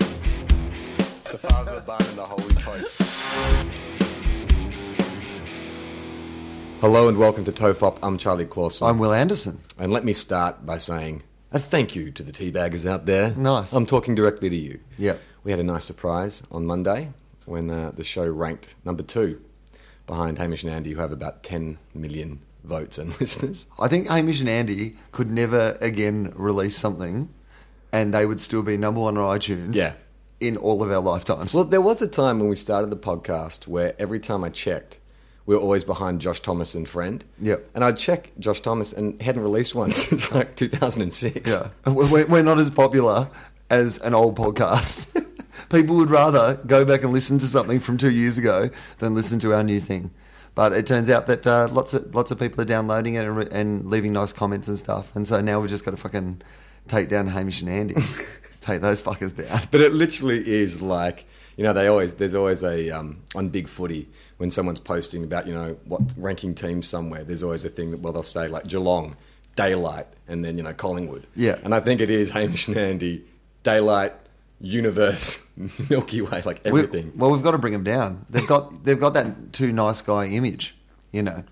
The Father, the Son, and the Holy Toast. Hello and welcome to Tofop. I'm Charlie Clausen. I'm Will Anderson. and let me start by saying a thank you to the teabaggers out there. Nice. I'm talking directly to you. Yeah. We had a nice surprise on Monday when uh, the show ranked number two behind Hamish and Andy, who have about 10 million votes and listeners. I think Hamish and Andy could never again release something and they would still be number one on iTunes Yeah. in all of our lifetimes. Well, there was a time when we started the podcast where every time I checked, we were always behind Josh Thomas and Friend. Yep. And I'd check Josh Thomas and hadn't released one since like 2006. yeah. We're, we're not as popular as an old podcast. People would rather go back and listen to something from two years ago than listen to our new thing. But it turns out that uh, lots of lots of people are downloading it and, re- and leaving nice comments and stuff. And so now we've just got to fucking take down Hamish and Andy. take those fuckers down. But it literally is like, you know, they always, there's always a, um, on Big Footy, when someone's posting about, you know, what ranking team somewhere, there's always a thing that, well, they'll say like Geelong, Daylight, and then, you know, Collingwood. Yeah. And I think it is Hamish and Andy, Daylight, Universe, Milky Way, like We- everything. well, we've got to bring them down. They've got they've got that too nice guy image, you know.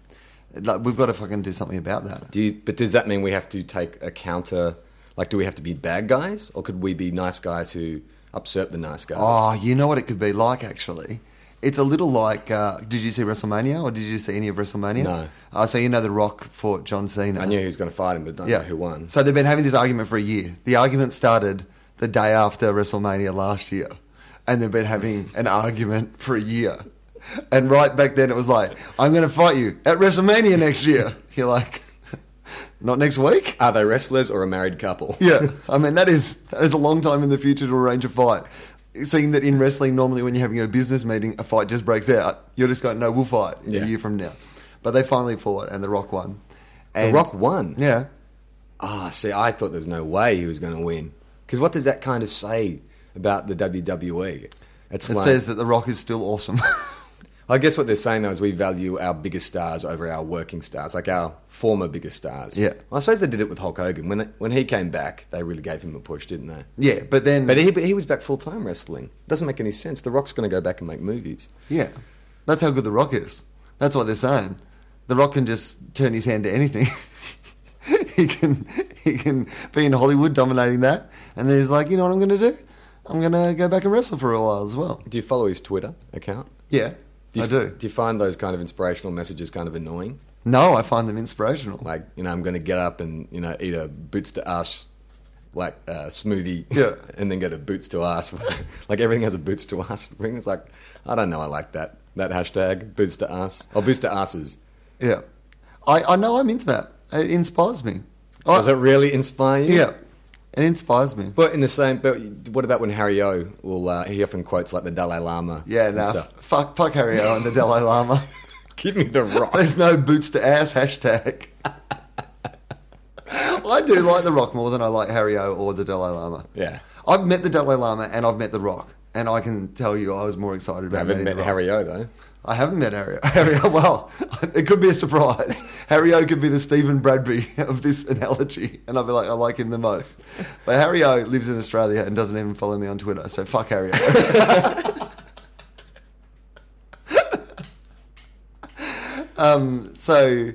Like we've got to fucking do something about that. Do you, but does that mean we have to take a counter? Like, do we have to be bad guys, or could we be nice guys who usurp the nice guys? Oh, you know what it could be like actually. It's a little like. Uh, did you see WrestleMania or did you see any of WrestleMania? No. Oh, so you know The Rock fought John Cena. I knew he was going to fight him, but don't know who won. So they've been having this argument for a year. The argument started the day after WrestleMania last year, and they've been having an argument for a year. And right back then, it was like, "I'm going to fight you at WrestleMania next year." You're like, "Not next week." Are they wrestlers or a married couple? Yeah, I mean that is that is a long time in the future to arrange a fight. Seeing that in wrestling, normally when you're having a business meeting, a fight just breaks out. You're just going, "No, we'll fight Yeah. a year from now." But they finally fought, and The Rock won. the And Rock won. yeah, Ah, see, I thought there's no way he was going to win. Because what does that kind of say about the WWE? It's it like, says that The Rock is still awesome. I guess what they're saying though is we value our biggest stars over our working stars, like our former biggest stars. Yeah. Well, I suppose they did it with Hulk Hogan when they, when he came back. They really gave him a push, didn't they? Yeah, but then But he, but he was back full time wrestling. Doesn't make any sense. The Rock's going to go back and make movies. yeah, that's how good the Rock is. That's what they're saying. The Rock can just turn his hand to anything. he can he can be in Hollywood dominating that, and then he's like, you know what I'm going to do? I'm going to go back and wrestle for a while as well. Do you follow his Twitter account? Yeah, you, I f- do. Do you find those kind of inspirational messages kind of annoying? No, I find them inspirational. Like, you know, I'm going to get up and you know eat a boots to ass like uh, smoothie, Yeah. and then go to boots to ass. like everything has a boots to ass thing. It's like I don't know. I like that that hashtag boots to ass or boots to asses. yeah, I, I know I'm into that. It inspires me. I- Does it really inspire you? yeah, it inspires me. But in the same, but what about when Harry O will? Uh, he often quotes like the Dalai Lama. Yeah, and nah, stuff. fuck, fuck Harry O and the Dalai Lama. Give me the rock. There's no boots to ass hashtag. I do like The Rock more than I like Harry O or the Dalai Lama. Yeah. I've met the Dalai Lama and I've met The Rock. And I can tell you I was more excited about I haven't meeting met The Rock. Harry O though. I haven't met Harry O. Harry O, well, it could be a surprise. Harry O could be the Stephen Bradbury of this analogy. And I'll be like, I like him the most. But Harry O lives in Australia and doesn't even follow me on Twitter. So fuck Harry O. Um, so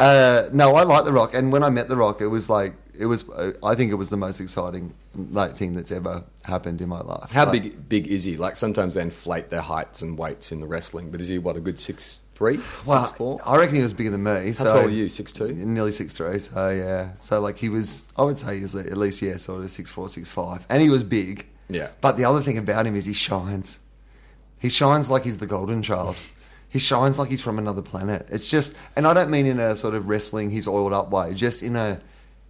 uh, no, I like The Rock, and when I met The Rock, it was like it was. uh, I think it was the most exciting like thing that's ever happened in my life. How Like, big big is he? Like sometimes they inflate their heights and weights in the wrestling, but is he what a good six three, Well, six four? I reckon he was bigger than me. so tall are you, 6'2"? Nearly six three. So yeah. So like he was. I would say he was at least yeah, sort of six four, six five, and he was big. Yeah. But the other thing about him is he shines. He shines like he's the golden child. He shines like he's from another planet. It's just, and I don't mean in a sort of wrestling, he's oiled up way, just in a,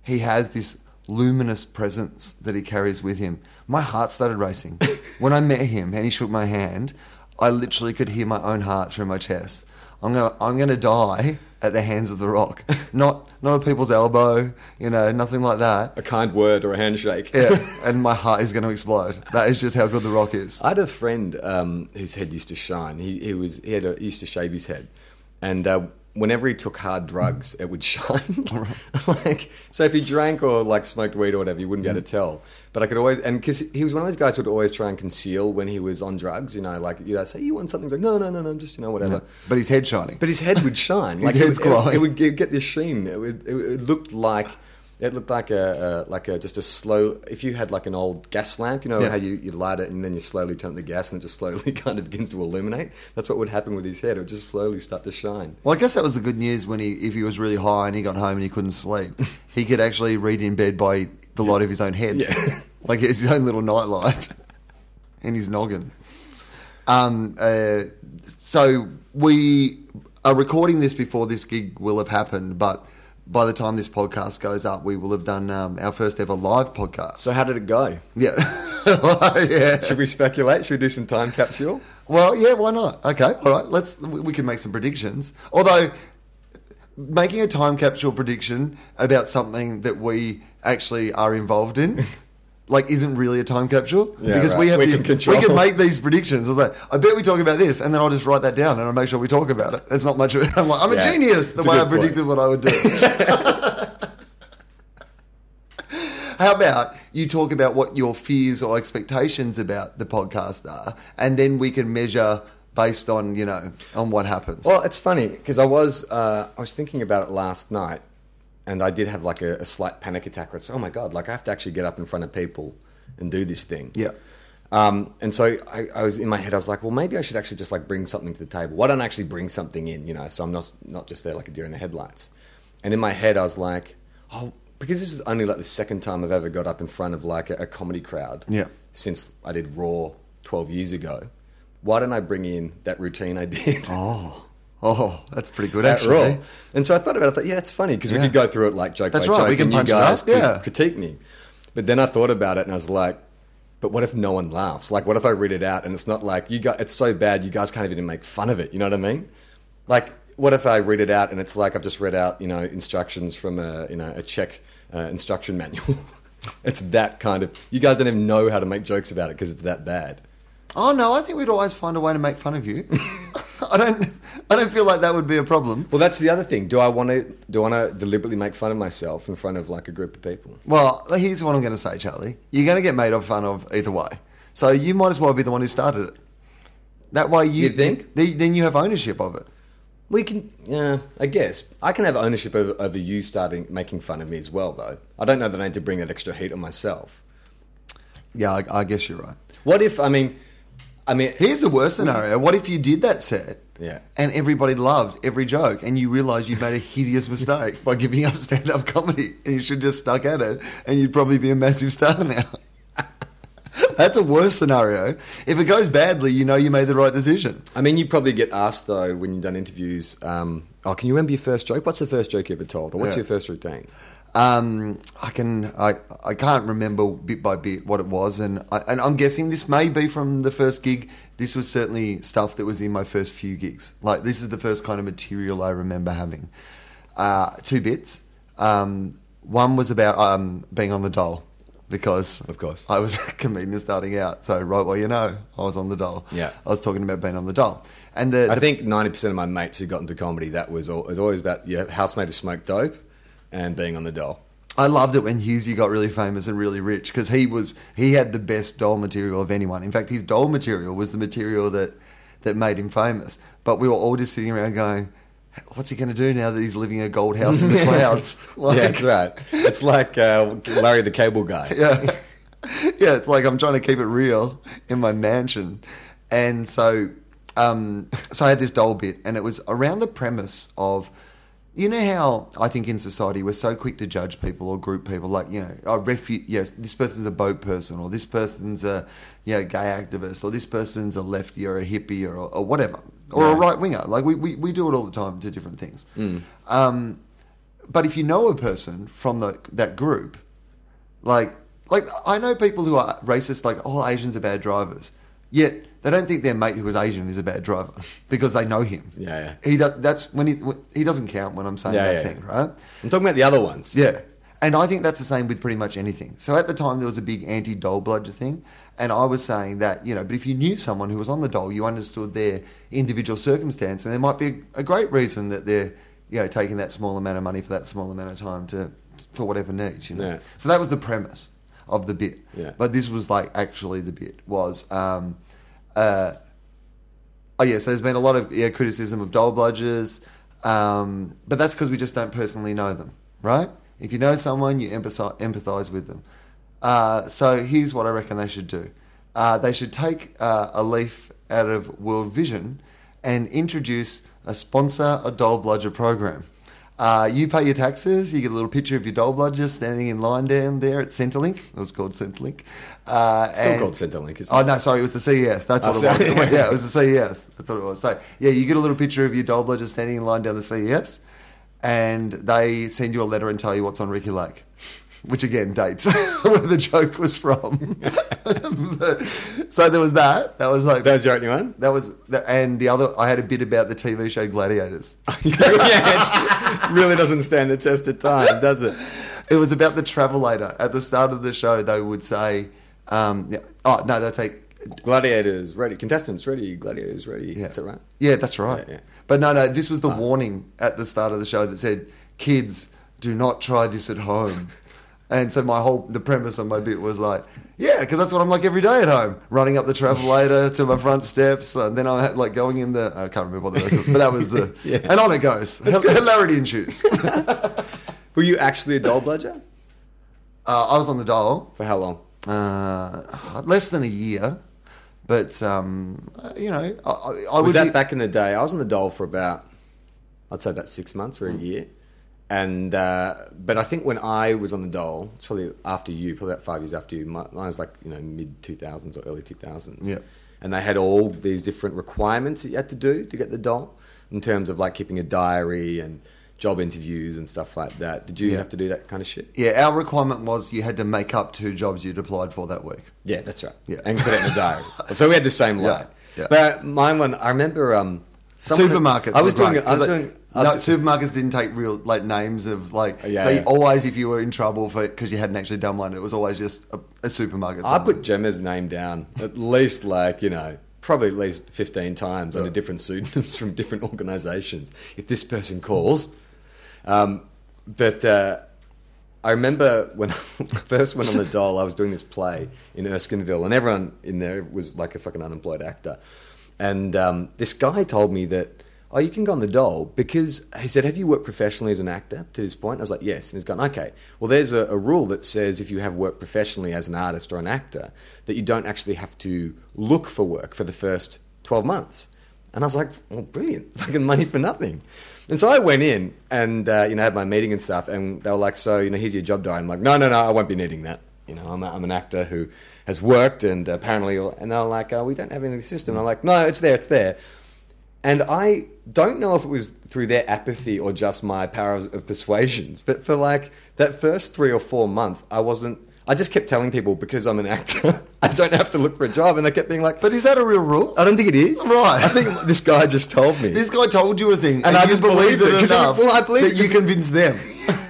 he has this luminous presence that he carries with him. My heart started racing. when I met him and he shook my hand, I literally could hear my own heart through my chest. I'm gonna I'm gonna die at the hands of the rock. Not not a people's elbow, you know, nothing like that. A kind word or a handshake. Yeah. and my heart is gonna explode. That is just how good the rock is. I had a friend um, whose head used to shine. He, he was he had a, he used to shave his head, and uh, whenever he took hard drugs, it would shine. like so, if he drank or like smoked weed or whatever, you wouldn't be able to tell. But I could always and because he was one of those guys who would always try and conceal when he was on drugs. You know, like you know, say you want something, he's like no, no, no, no, just you know whatever. But his head shining. But his head would shine. like head's it, would- it- glowing. It, would get, get this sheen. It, would, it, would- it looked like it looked like a, a like a just a slow. If you had like an old gas lamp, you know Yeah. how you, you light it and then you slowly turn up the gas and it just slowly kind of begins to illuminate. That's what would happen with his head. It would just slowly start to shine. Well, I guess that was the good news when he, if he was really high and he got home and he couldn't sleep, he could actually read in bed by the light of his own head, Yeah. like it's his own little nightlight in his noggin. Um, uh, so we are recording this before this gig will have happened, but by the time this podcast goes up, we will have done um, our first ever live podcast. So how did it go? yeah, yeah. Should we speculate? Should we do some time capsule? Well, yeah, why not? Okay, all right. Let's we we can make some predictions. Although making a time capsule prediction about something that we actually are involved in like isn't really a time capsule Yeah, because right. we have We the- can control. we can make these predictions. I was like, I bet we talk about this, and then I'll just write that down and I'll make sure we talk about it. It's not much. Of it. I'm like, I'm Yeah, a genius. The it's a way I good point. predicted what I would do. How about you talk about what your fears or expectations about the podcast are, and then we can measure based on you know on what happens. Well, it's funny because I was uh, I was thinking about it last night, and I did have like a, a slight panic attack. Where it's oh my god, like I have to actually get up in front of people and do this thing. yeah, Um, and so I, I was in my head, I was like, well, maybe I should actually just like bring something to the table. Why don't I actually bring something in, you know? So I'm not not just there like a deer in the headlights. And in my head, I was like, oh, because this is only like the second time I've ever got up in front of like a, a comedy crowd. Yeah. Since I did Raw 12 years ago, why don't I bring in that routine I did? oh, that's pretty good That actually. Raw. And so I thought about it. I thought, yeah, that's funny because we Yeah. could go through it like joke That's by right, joke, we can and you punch it guys up, could yeah. critique me. But then I thought about it and I was like, but what if no one laughs? Like, what if I read it out and it's not like you guys? It's so bad, you guys can't even make fun of it. You know what I mean? Like, what if I read it out and it's like I've just read out, you know, instructions from a, you know, a Czech uh, instruction manual? it's that kind of. You guys don't even know how to make jokes about it because it's that bad. Oh no, I think we'd always find a way to make fun of you. I don't, I don't feel like that would be a problem. Well, that's the other thing. Do I want to? Do I want to deliberately make fun of myself in front of like a group of people? Well, here's what I'm going to say, Charlie. You're going to get made of fun of either way, so you might as well be the one who started it. That way, you, You think? Then then you have ownership of it. We can, yeah, I guess I can have ownership over, over you starting making fun of me as well, though. I don't know that I need to bring that extra heat on myself. Yeah, I, I guess you're right. What if I mean, I mean, Here's the worst scenario. What if you did that set? Yeah. And everybody loved every joke, and you realised you made a hideous mistake by giving up stand-up comedy, and you should just stuck at it, and you'd probably be a massive star now. That's a worse scenario. If it goes badly, you know you made the right decision. I mean, you probably get asked though when you've done interviews. Um, oh, can you remember your first joke? What's the first joke you ever told, or what's Yeah. your first routine? Um, I can I, I can't remember bit by bit what it was, and I, and I'm guessing this may be from the first gig. This was certainly stuff that was in my first few gigs. Like this is the first kind of material I remember having. Uh, two bits. Um, one was about um, being on the dole because Of course. I was a comedian starting out, so right well you know I was on the dole. Yeah. I was talking about being on the dole, and the, I the- think ninety percent of my mates who got into comedy that was, all, was always about your housemate who smoked dope and being on the dole. I loved it when Husey got really famous and really rich because he was he had the best doll material of anyone. In fact, his doll material was the material that that made him famous. But we were all just sitting around going, "What's he going to do now that he's living in a gold house in the clouds?" Like, yeah, that's right. It's like uh, Larry the Cable Guy. yeah. yeah, it's like I'm trying to keep it real in my mansion. And so um, so I had this doll bit and it was around the premise of you know how I think in society we're so quick to judge people or group people like, you know, oh refu- yes, this person's a boat person or this person's a you know, gay activist or this person's a lefty or a hippie or, or whatever. or a No. right winger. Like we, we, we do it all the time to different things. Um, but if you know a person from the, that group, like like I know people who are racist, like all Asians are bad drivers, yet they don't think their mate who is Asian is a bad driver because they know him. Yeah, yeah. He do, that's when he when- he doesn't count when I'm saying Yeah, that yeah. thing, right? I'm talking about the other ones. Yeah. And I think that's the same with pretty much anything. So at the time, there was a big anti doll bludger thing. And I was saying that, you know, but if you knew someone who was on the doll, you understood their individual circumstance. And there might be a, a great reason that they're, you know, taking that small amount of money for that small amount of time to, for whatever needs, you know. Yeah. So that was the premise of the bit. Yeah. But this was like actually the bit was, um, Oh yes, there's been a lot of yeah, criticism of doll bludgers, um, but that's because we just don't personally know them, right? If you know someone, you empathize, empathize with them. Uh, so here's what I reckon they should do: uh, they should take uh, a leaf out of World Vision and introduce a sponsor a doll bludger program. Uh, you pay your taxes, you get a little picture of your doll bludger standing in line down there at Centrelink. It was called Centrelink. Uh, It's still and- called Centrelink, isn't Oh, it? no, sorry, it was the CES. That's Oh, what sorry. it was. yeah, it was the CES. That's what it was. So, yeah, you get a little picture of your doll bludger standing in line down the CES, and they send you a letter and tell you what's on Ricky Lake, which again dates where the joke was from. But- so there was that. That was like. That was your only one? that was, the, and the other, I had a bit about the TV show Gladiators. yeah, it really doesn't stand the test of time, does it? It was about the travelator. At the start of the show, they would say, um, yeah- oh, no, they'd say, Gladiators ready, contestants ready, gladiators ready. Yeah. Is that right? Yeah, that's right. Yeah, yeah. But no, no, this was the warning at the start of the show that said, "Kids, do not try this at home." and so my whole the premise of my bit was like, yeah, because that's what I'm like every day at home, running up the travelator to my front steps, and then I'm like going in the I can't remember what the rest of but that was the Yeah. and on it goes. Hilarity ensues. uh, Were you actually a doll bludger? Uh, I was on the dial For how long? uh, less than a year, but um, you know, I, I, I was would that be- back in the day? I was on the dole for about, I'd say about six months or a year, and uh, but I think when I was on the dole, it's probably after you, probably about five years after you. mi- Mine was like you know mid two thousands or early two thousands. Yeah. and they had all these different requirements that you had to do to get the dole in terms of like keeping a diary and job interviews and stuff like that. Did you Yeah. have to do that kind of shit? Yeah, our requirement was you had to make up two jobs you'd applied for that week. Yeah, that's right. Yeah. and put it in a diary. so we had the same Yeah, line. yeah. But mine one, I remember. Um, someone- supermarkets. I was were doing. great, I was 'cause, doing. like, I was doing- no, supermarkets didn't take real like names of like. Yeah, so you yeah. always, if you were in trouble for because you hadn't actually done one, it was always just a, a supermarket. I somewhere. put Gemma's name down at least like, you know, probably at least 15 times under different pseudonyms from different organizations. If this person calls. Um, but uh, I remember when I first went on the doll, I was doing this play in Erskineville, and everyone in there was like a fucking unemployed actor. And um, this guy told me that, oh, you can go on the doll because he said, have you worked professionally as an actor to this point? I was like, yes. And he's gone, okay. Well, there's a, a rule that says if you have worked professionally as an artist or an actor, that you don't actually have to look for work for the first 12 months. And I was like, well, brilliant, fucking money for nothing. And so I went in and, uh, you know, had my meeting and stuff. And they were like, so, you know, here's your job diary. I'm like, no, no, no, I won't be needing that. You know, I'm, a, I'm an actor who has worked and apparently, and they were like, oh, we don't have anything in the system. And I'm like, no, it's there, it's there. And I don't know if it was through their apathy or just my power of, of persuasions, but for like that first three or four months, I wasn't. I just kept telling people because I'm an actor, I don't have to look for a job. And they kept being like, But is that a real rule? I don't think it is. Right. I think this guy just told me. This guy told you a thing, and, I you just believed believed it, it 'cause I- enough well, I believed that you it 'cause- convinced them,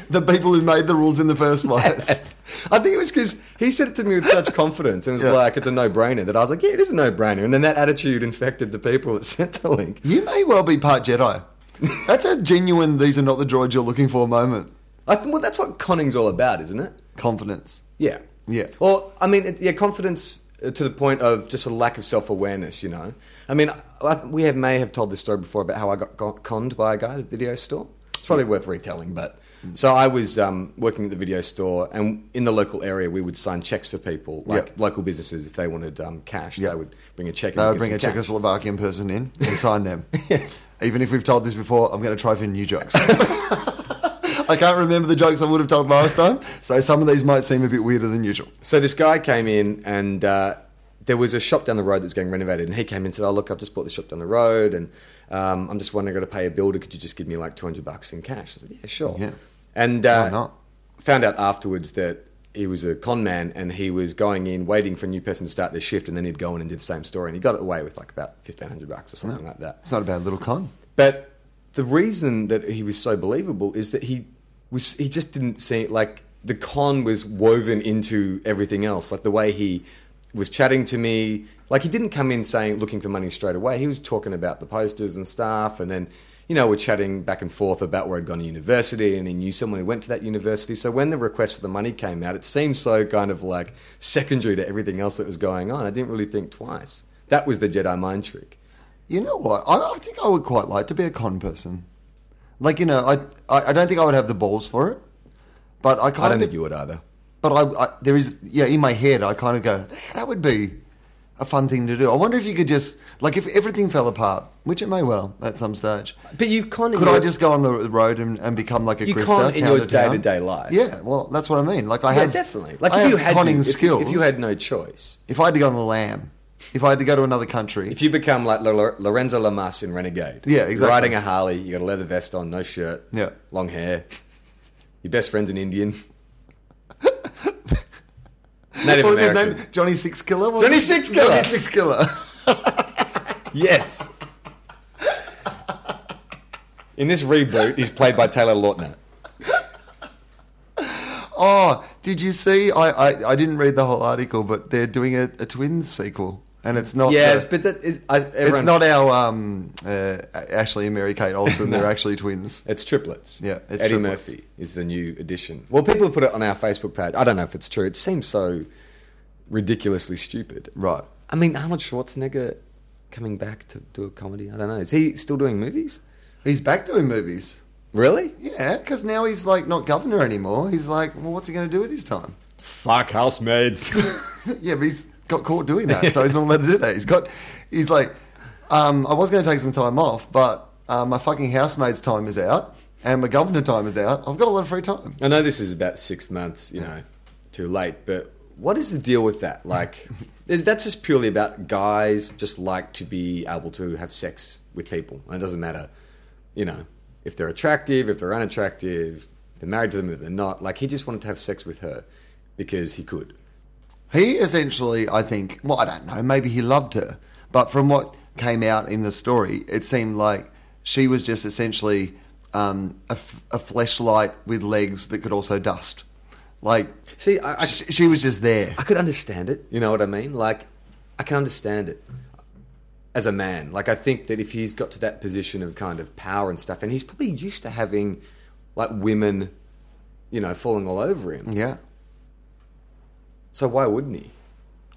the people who made the rules in the first place. I think it was because he said it to me with such confidence and was Yeah. like, it's a no brainer that I was like, yeah, it is a no brainer. And then that attitude infected the people at Centrelink. You may well be part Jedi. That's a genuine. These are not the droids you're looking for. Moment. I think, well, that's what conning's all about, isn't it? Confidence. Yeah. Yeah. Well, I mean, it, yeah, confidence uh, to the point of just a lack of self awareness, you know? I mean, I, I, we have, may have told this story before about how I got con- conned by a guy at a video store. It's probably worth retelling, but. Mm. So I was um, working at the video store, and in the local area, we would sign checks for people, like Yeah. local businesses, if they wanted um, cash, Yeah. they would bring a check. and They would get bring a some cash. Czechoslovakian person in and sign them. Even if we've told this before, I'm going to try for new jokes. I can't remember the jokes I would have told last time, so some of these might seem a bit weirder than usual. So this guy came in and uh, there was a shop down the road that was getting renovated, and he came in and said, "Oh look, I've just bought this shop down the road, and um, I'm just wondering, I got to pay a builder. Could you just give me like 200 bucks in cash?" I said, "Yeah, sure." Yeah. And uh, Why not? found out afterwards that he was a con man and he was going in waiting for a new person to start their shift, and then he'd go in and did the same story, and he got away with like about 1500 bucks or something like that. It's not a bad little con. But the reason that he was so believable is that he was he just didn't see like the con was woven into everything else. Like the way he was chatting to me, like he didn't come in saying looking for money straight away. He was talking about the posters and stuff, and then you know we're chatting back and forth about where I'd gone to university, and he knew someone who went to that university. So when the request for the money came out, it seemed so kind of like secondary to everything else that was going on. I didn't really think twice. That was the Jedi mind trick. You know what? I, I think I would quite like to be a con person. Like you know, I I, I don't think I would have the balls for it, but I kind I don't of. think you would either. but I, I there is yeah in my head I kind of go that would be a fun thing to do. I wonder if you could just like if everything fell apart, which it may well at some stage. But you can't. Could I just go on the road and, and become like a You grifter, can't in town your to town? day-to-day life. Yeah, well, that's what I mean. Like I yeah, have definitely. Like I if you have had conning to, if- skills. If, you had no choice, if I had to go on the lamb, if I had to go to another country, if you become like Lo- Lorenzo Lamas in Renegade, Yeah, You're exactly. riding a Harley, you got a leather vest on, no shirt, Yeah. long hair, your best friend's an Indian, Native what was his American. name? Johnny Six Killer. was Johnny it? Six Killer. Johnny Six Killer. Yes. in this reboot, he's played by Taylor Lautner. Oh, did you see? I, I, I didn't read the whole article, but they're doing a, a twin sequel, and it's not. Yes, the- but that is I, everyone, Oh, it's not our um, uh, Ashley and Mary Kate Olsen. They're actually twins. It's triplets. Yeah, it's Eddie triplets. Murphy is the new addition. Well, people have put it on our Facebook page. I don't know if it's true. It seems so ridiculously stupid. Right. I mean, Arnold Schwarzenegger coming back to do a comedy. I don't know. Is he still doing movies? He's back doing movies. Really? Yeah, because now he's like not governor anymore. He's like, well, what's he going to do with his time? Fuck housemaids. yeah, but he's got caught doing that, so he's not allowed to do that. He's got, he's like, um, I was going to take some time off, but uh, my fucking housemaid's time is out, and my governor time is out. I've got a lot of free time. I know this is about six months, you know, too late, but what is the deal with that? Like, is- that's just purely about guys just like to be able to have sex with people. And it doesn't matter, you know, if they're attractive, if they're unattractive, if they're married to them, if they're not. Like, he just wanted to have sex with her because he could. He essentially, I think, well, I don't know, maybe he loved her, but from what came out in the story, it seemed like she was just essentially um, a, f- a fleshlight with legs that could also dust. Like, See, I, I, sh- she was just there. I could understand it. You know what I mean? Like, I can understand it as a man. Like, I think that if he's got to that position of kind of power and stuff, and he's probably used to having like women, you know, falling all over him. Yeah. So why wouldn't he?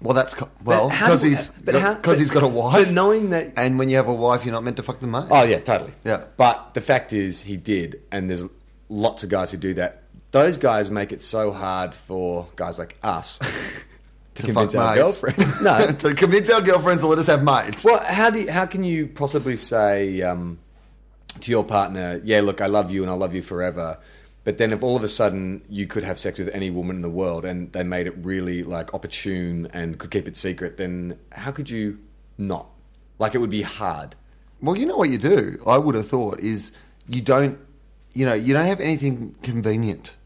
Well, that's co- But well how because do- he's but how- because he's got a wife. But knowing that, and when you have a wife, you're not meant to fuck them, mate. oh yeah, totally. Yeah. But the fact is, he did, and there's lots of guys who do that. Those guys make it so hard for guys like us to, convince our mates. girlfriends. No, to convince our girlfriends to let us have mates. Well, how do you, how can you possibly say um, to your partner, "Yeah, look, I love you and I'll love you forever," but then if all of a sudden you could have sex with any woman in the world and they made it really like opportune and could keep it secret, then how could you not? Like it would be hard. Well, you know what you do. I would have thought is you don't, you know, you don't have anything convenient.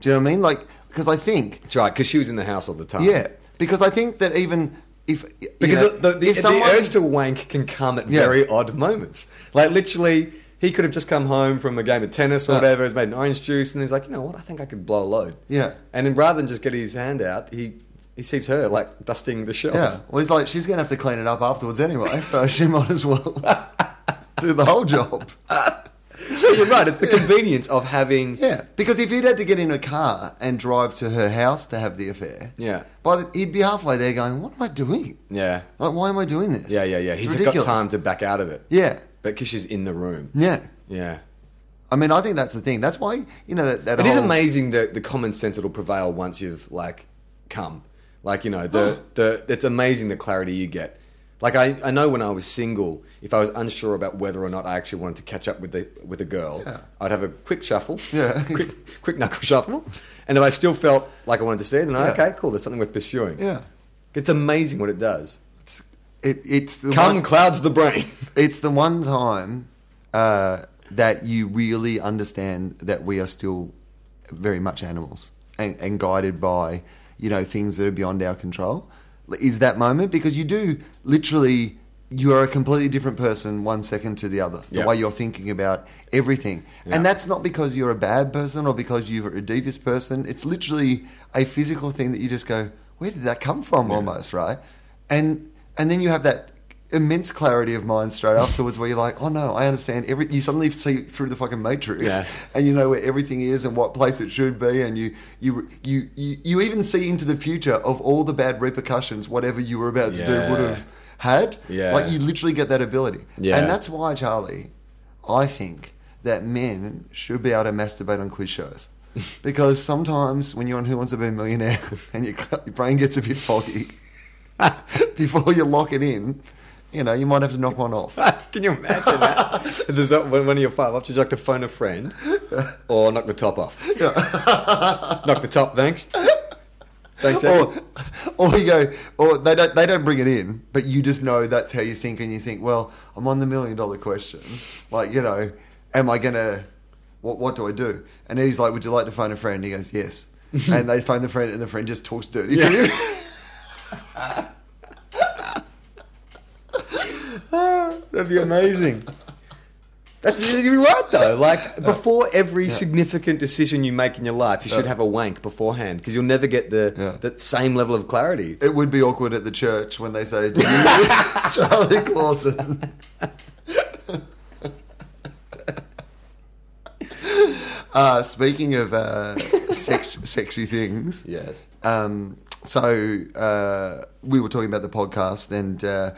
Do you know what I mean? Like because I think That's right, because she was in the house all the time. yeah, because I think that even if you Because know, the, the, if someone- the urge to wank can come at Yeah. very odd moments. Like, literally, he could have just come home from a game of tennis or Yeah. whatever, has made an orange juice, and he's like, you know what, I think I could blow a load. Yeah. And then rather than just get his hand out, he, he sees her, like, dusting the shelf. yeah, well, he's like she's gonna have to clean it up afterwards anyway, so she might as well do the whole job. You're right, it's the convenience of having. Yeah, because if he'd had to get in a car and drive to her house to have the affair, Yeah. but he'd be halfway there going, "What am I doing? Yeah. Like, why am I doing this?" Yeah, yeah, yeah. It's He's ridiculous. got time to back out of it. Yeah, But because she's in the room. yeah. Yeah. I mean, I think that's the thing. That's why you know that. that It is whole- amazing that the common sense that'll prevail once you've like come. Like you know Oh. the the it's amazing the clarity you get. Like I, I know when I was single, if I was unsure about whether or not I actually wanted to catch up with the with a girl, Yeah. I'd have a quick shuffle, Yeah. quick quick knuckle shuffle, and if I still felt like I wanted to see her, then Yeah. okay, cool, there's something worth pursuing. Yeah. It's amazing what it does. It's, it, it's the Cum one, clouds the brain. it's the one time uh, that you really understand that we are still very much animals and, and guided by you know things that are beyond our control is that moment because you do literally you are a completely different person one second to the other Yeah. the way you're thinking about everything Yeah. and that's not because you're a bad person or because you're a devious person it's literally a physical thing that you just go where did that come from almost right and and then you have that immense clarity of mind straight afterwards where you're like oh no i understand every you suddenly see through the fucking matrix Yeah. and you know where everything is and what place it should be and you you you you, you even see into the future of all the bad repercussions whatever you were about to Yeah. do would have had Yeah. like you literally get that ability Yeah. and that's why charlie i think that men should be able to masturbate on quiz shows because sometimes when you're on who wants to be a millionaire and your, your brain gets a bit foggy before you lock it in you know you might have to knock one off Can you imagine that? There's a, when when you're five up, you like to phone a friend or knock the top off. knock the top, thanks. Thanks, Eddie. or, or you go, or they don't they don't bring it in, but you just know that's how you think, and you think, well, I'm on the million dollar question, like you know, am I gonna, what what do I do? And Eddie's like, would you like to phone a friend? He goes, yes, and they phone the friend, and the friend just talks dirty. to you. That'd be amazing. That's you're right though. Like before every significant decision you make in your life, you should have a wank beforehand because you'll never get the Yeah. that same level of clarity. It would be awkward at the church when they say, do you know Charlie Clausen. uh, speaking of uh, sex, sexy things, Yes. um, so uh, we were talking about the podcast, and uh,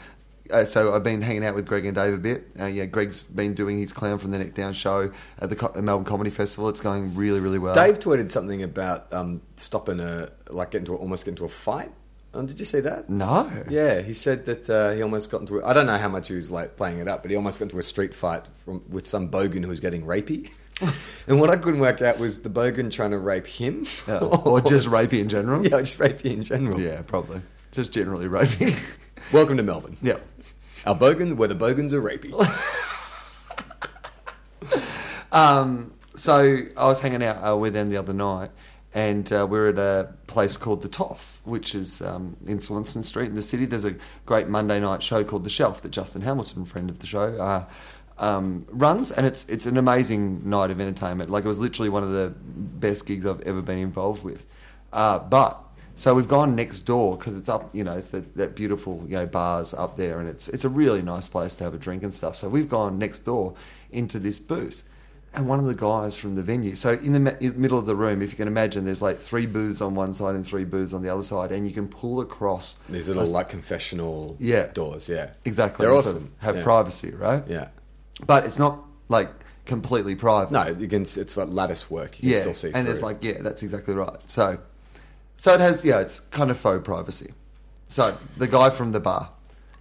uh, so I've been hanging out with Greg and Dave a bit. Uh, yeah, Greg's been doing his Clown from the Neck Down show at the Co- uh, Melbourne Comedy Festival. It's going really, really well. Dave tweeted something about um, stopping a like getting to a, almost getting to a fight. Um, did you see that? no, Yeah, he said that uh, he almost got into. A, I don't know how much he was like playing it up, but he almost got into a street fight from, with some bogan who was getting rapey. and what I couldn't work out was the bogan trying to rape him, Yeah. Or was- just rapey in general? Yeah, just rapey in general. yeah, probably just generally raping. Welcome to Melbourne. yeah. Our bogan, where the bogans are rapey. Um, so I was hanging out uh, with them the other night, and uh, we were at a place called the Toff, which is um, in Swanson Street in the city. There's a great Monday night show called The Shelf that Justin Hamilton, friend of the show, uh, um, runs, and it's it's an amazing night of entertainment. Like it was literally one of the best gigs I've ever been involved with. Uh, but so we've gone next door because it's up, you know, it's that, that beautiful, you know, bars up there, and it's it's a really nice place to have a drink and stuff. So we've gone next door into this booth, and one of the guys from the venue. So in the, ma- in the middle of the room, if you can imagine, there's like three booths on one side and three booths on the other side, and you can pull across. These little like confessional Yeah. doors. Yeah, exactly They're and sort awesome. of have yeah. privacy, right? Yeah. but it's not like completely private. No, you can. It's like lattice work. You can still see. And it's through. like, yeah, that's exactly right. So, so it has, yeah, it's kind of faux privacy. So the guy from the bar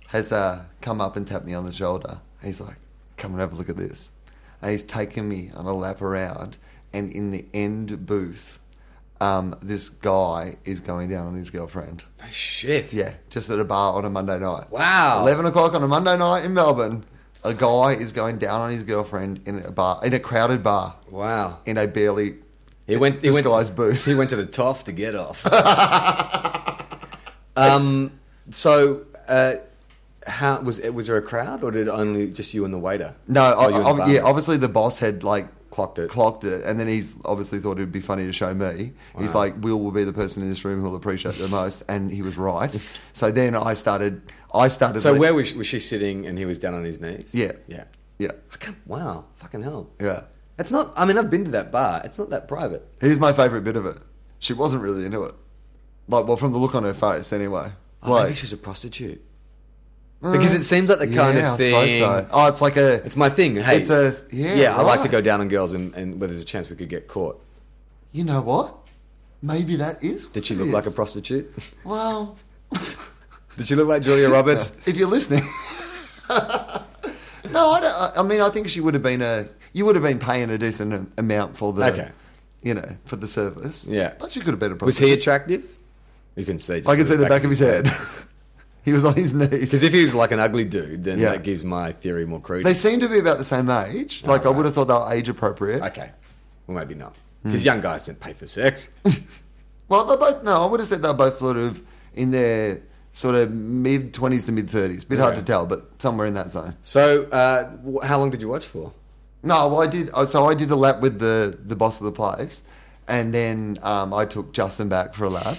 has uh, come up and tapped me on the shoulder. And he's like, come and have a look at this. And he's taken me on a lap around. And in the end booth, um, this guy is going down on his girlfriend. Oh, shit. Yeah, just at a bar on a Monday night. Wow. 11 o'clock on a Monday night in Melbourne, a guy is going down on his girlfriend in a bar, in a crowded bar Wow. in a barely He went. He this went, guy's booth. He went to the toff to get off. um. So, uh, how was it? Was there a crowd, or did only just you and the waiter? no, Oh, I, you and the I, yeah. barman. Obviously, the boss had like Clocked it. clocked it, and then he's obviously thought it'd be funny to show me. He's Wow. like, "Will will be the person in this room who'll appreciate the most," and he was right. So then I started. I started. So like- where was, was she sitting? And he was down on his knees. Yeah. Yeah. Yeah, I can't- wow. Fucking hell. yeah. It's not. I mean, I've been to that bar. It's not that private. Here's my favorite bit of it. She wasn't really into it. Like, well, from the look on her face, anyway. Oh, like, maybe she's a prostitute. Because it seems like the kind Yeah, of I suppose thing. so. Oh, it's like a. It's my thing. Hey, It's a- yeah, I like to right. go down on girls, and, and where there's a chance we could get caught. you know what? Maybe that is. Did she what look it like a is. prostitute? Well, Did she look like Julia Roberts? if you're listening. no, I, don't, I- I mean, I think she would have been a. You would have been paying a decent am- amount for the. Okay. You know, for the service. Yeah. But she could have been a Was he prostitute. attractive? You can see. Just I can see the back of his head. he was on his Because knees. if he was like an ugly dude, then Yeah. that gives my theory more credence. They seem to be about the same age. Like I would have thought they were age appropriate. Oh, Okay. Well, maybe not. Hmm. Because young guys don't pay for sex. Well, they're both. No, I would have said they're both sort of in their sort of mid twenties to mid thirties. Bit hard Yeah. to tell, but somewhere in that zone. so, uh, wh- how long did you watch for? No, well, I did. oh, So I did a lap with the the boss of the place, and then um, I took Justin back for a lap,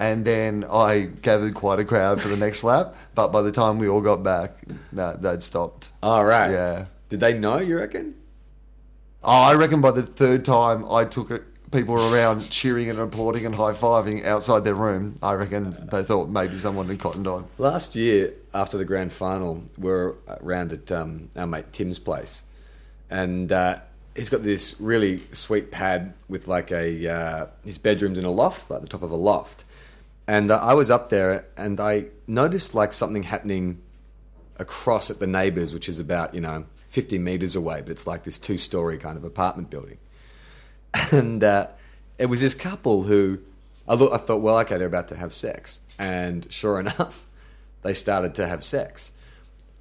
and then I gathered quite a crowd for the next lap. But by the time we all got back, that they'd stopped. All right. Yeah. Did they know, you reckon? Oh, I reckon by the third time I took it, people were around cheering and applauding and high fiving outside their room. I reckon they thought maybe someone had cottoned on. Last year, after the grand final, we're around at um, our mate Tim's place, and uh, he's got this really sweet pad with like a uh, his bedroom's in a loft, like the top of a loft. And uh, I was up there, and I noticed like something happening across at the neighbours, which is about you know fifty meters away, but it's like this two-story kind of apartment building and uh, it was this couple who I look, I thought, well, okay, they're about to have sex, and sure enough, they started to have sex.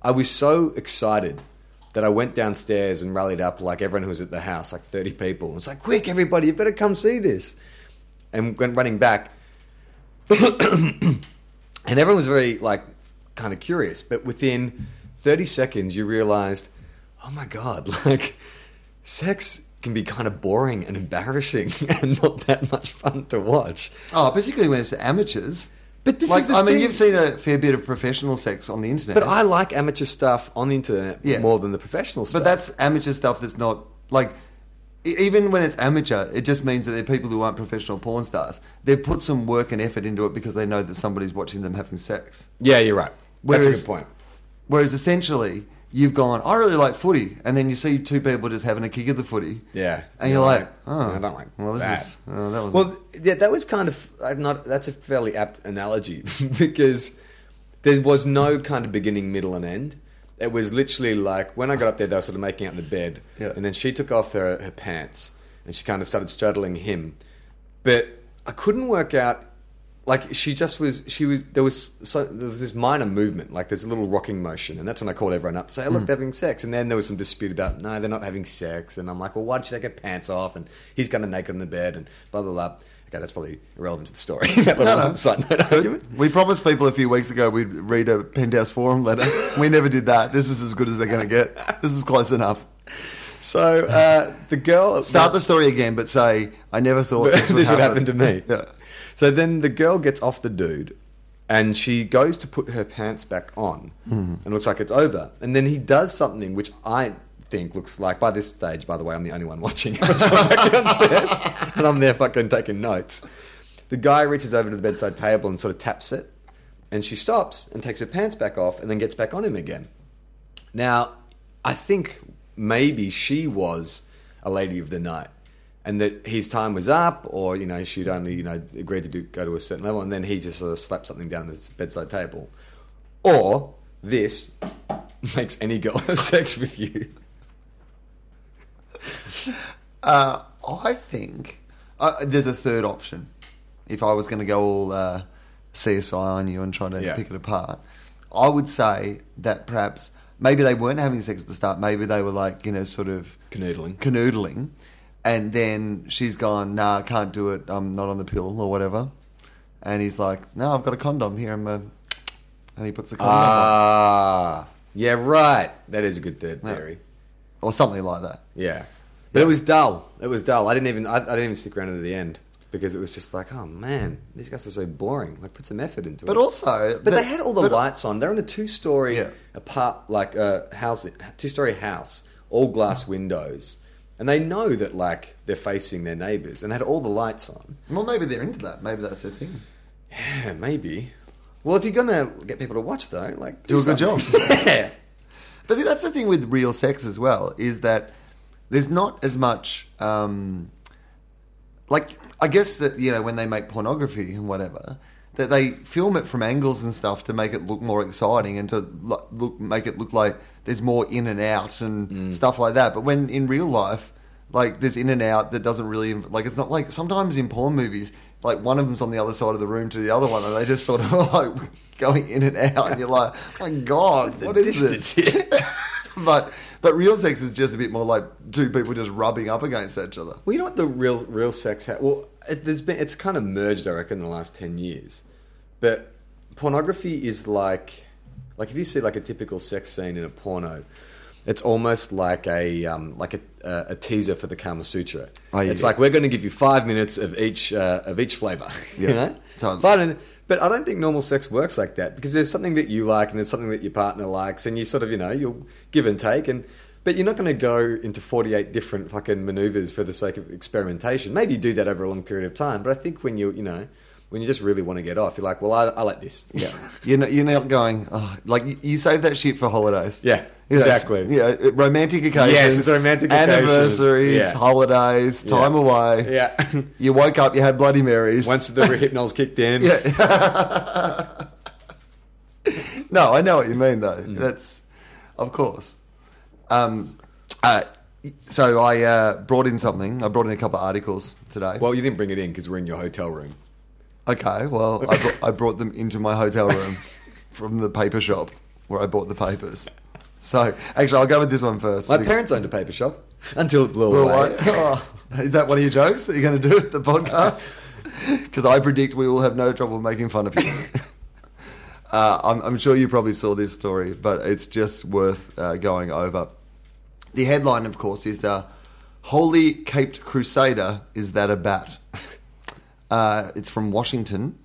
I was so excited that I went downstairs and rallied up like everyone who was at the house, like thirty people. I was like, quick, everybody, you better come see this, and went running back. and everyone was very like kind of curious but within 30 seconds you realized oh my god like sex can be kind of boring and embarrassing and not that much fun to watch Oh, particularly when it's the amateurs. But this Like, is the I mean, thing. you've seen a fair bit of professional sex on the internet. but i like amateur stuff on the internet Yeah. more than the professional stuff But that's amateur stuff that's not like e- even when it's amateur, it just means that they're people who aren't professional porn stars. They've put some work and effort into it because they know that somebody's watching them having sex. yeah you're right that's Whereas- a good point Whereas essentially, you've gone, I really like footy, and then you see two people just having a kick at the footy. Yeah, And you're like, oh, I don't like well, this that. is- oh, that was well, th- yeah, that was kind of I'm not. That's a fairly apt analogy because there was no kind of beginning, middle, and end. It was literally like when I got up there, they were sort of making out in the bed, Yeah. and then she took off her, her pants and she kind of started straddling him, but I couldn't work out. Like she just was, she was. There was so there was this minor movement, like there's a little rocking motion, and that's when I called everyone up to say, Hmm. "Look, they're having sex." And then there was some dispute about, "No, they're not having sex." And I'm like, "Well, why did she take her pants off?" And he's kind of naked in the bed, and blah blah blah. Okay, that's probably irrelevant to the story. that No, was no. a side note argument. We promised people a few weeks ago we'd read a Penthouse Forum letter. we never did that. This is as good as they're going to get. This is close enough. So uh, the girl Start the story again, but say, I never thought this, this would, would happen to me. Yeah. So then the girl gets off the dude and she goes to put her pants back on and looks like it's over. And then he does something which I think looks like, by this stage, by the way, I'm the only one watching. Every time I'm back downstairs and I'm there fucking taking notes. The guy reaches over to the bedside table and sort of taps it. And she stops and takes her pants back off and then gets back on him again. Now, I think maybe she was a lady of the night, and that his time was up, or you know she'd only you know agreed to do, go to a certain level, and then he just sort of slapped something down the bedside table, or this makes any girl have sex with you. Uh, I think uh, there's a third option. If I was going to go all uh, CSI on you and try to Yeah. pick it apart, I would say that perhaps maybe they weren't having sex at the start. Maybe they were like, you know, sort of Canoodling. canoodling. And then she's gone, nah, I can't do it. I'm not on the pill or whatever. And he's like, no, I've got a condom here. I'm a... And he puts a condom on. Ah, yeah, right. That is a good third Yeah. theory. Or something like that. Yeah. But it was dull. It was dull. I didn't even I, I didn't even stick around to the end because it was just like, oh man, these guys are so boring. Like put some effort into it. But also... But they had all the lights on. They're in a two-story Yeah. apart, like a house, two-story house, all glass windows, and they know that like they're facing their neighbours, and had all the lights on. Well, maybe they're into that. Maybe that's their thing. Yeah, maybe. Well, if you're gonna get people to watch though, like Do a something. good job. yeah. But th- that's the thing with real sex as well is that there's not as much, um, like I guess that you know when they make pornography and whatever that they film it from angles and stuff to make it look more exciting and to lo- look make it look like there's more in and out and stuff like that. But when in real life. Like there's in and out that doesn't really like it's not like sometimes in porn movies like one of them's on the other side of the room to the other one, and they just sort of like going in and out, and you're like, "Oh my God, what is distance this? here. but but real sex is just a bit more like two people just rubbing up against each other. Well, you know what the real real sex ha- well, it, there's been it's kind of merged, I reckon, in the last ten years. But pornography is like, like if you see like a typical sex scene in a porno, it's almost like a um, like a, a, a teaser for the Kama Sutra. Oh, yeah. It's like we're going to give you five minutes of each uh, of each flavor. Yeah. You know, Totally. five minutes. But I don't think normal sex works like that because there's something that you like and there's something that your partner likes, and you sort of you know you'll give and take and. But you're not going to go into 48 different fucking maneuvers for the sake of experimentation. Maybe you do that over a long period of time, but I think when you you know when you just really want to get off, you're like, well, I, I like this. Yeah, you're not, you're not going oh, like you, you save that shit for holidays. Yeah, You know, exactly. s- Yeah, uh, romantic occasions. it's romantic occasions. anniversaries, Yeah. holidays, Yeah. time away. Yeah. You woke up, you had Bloody Marys. Once the rehypnol's kicked in, Yeah. no, I know what you mean though. Mm. That's of course. Um, uh, so I uh, brought in something. I brought in a couple of articles today. Well, you didn't bring it in because we're in your hotel room. okay, well I, brought, I brought them into my hotel room from the paper shop where I bought the papers. So actually, I'll go with this one first. My Because- parents owned a paper shop until it blew Well, away. I- oh, is that one of your jokes that you're going to do at the podcast? Because I predict we will have no trouble making fun of you. uh, I'm, I'm sure you probably saw this story, but it's just worth uh, going over. The headline, of course, is uh, Holy Caped Crusader, is that a bat? Uh, it's from Washington,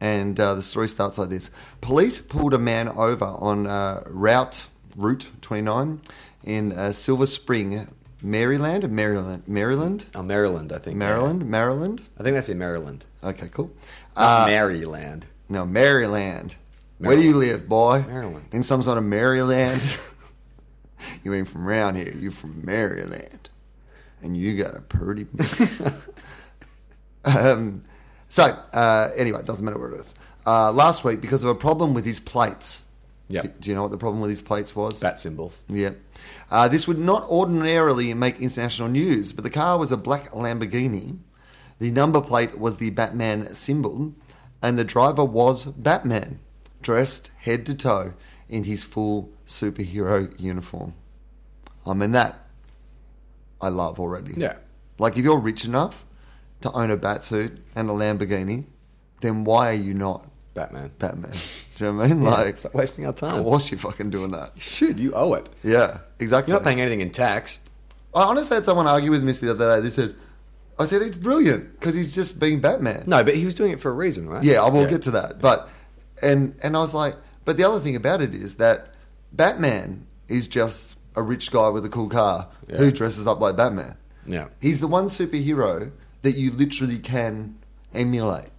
and uh, the story starts like this: Police pulled a man over on uh, Route Route 29 in uh, Silver Spring, Maryland, Maryland, Maryland, Oh, Maryland, I think. Maryland, Maryland. I think that's in Maryland. Okay, cool. Uh, Not Maryland. No, Maryland. Where do you live, boy? Maryland. In some sort of Maryland. you ain't from round here. You from Maryland, and you got a pretty. um, so uh, anyway, it doesn't matter where it is. Uh, last week, because of a problem with his plates. Yep. Do, do you know what the problem with his plates was? Bat symbol. Yeah. Uh, this would not ordinarily make international news, but the car was a black Lamborghini. The number plate was the Batman symbol, and the driver was Batman, dressed head to toe in his full superhero uniform. I mean, that I love already. Yeah. Like, if you're rich enough to own a batsuit and a Lamborghini, then why are you not Batman. Batman? Do you know what I mean? Yeah, like, it's like wasting our time. of course you're fucking doing that. Should you owe it? Yeah, exactly. You're not paying anything in tax. I honestly had someone argue with me the other day. They said, I said, it's brilliant because he's just being Batman. No, but he was doing it for a reason, right? Yeah, I will get to that. But, and, and I was like, but the other thing about it is that Batman is just a rich guy with a cool car who Yeah. dresses up like Batman. Yeah. He's the one superhero that you literally can emulate.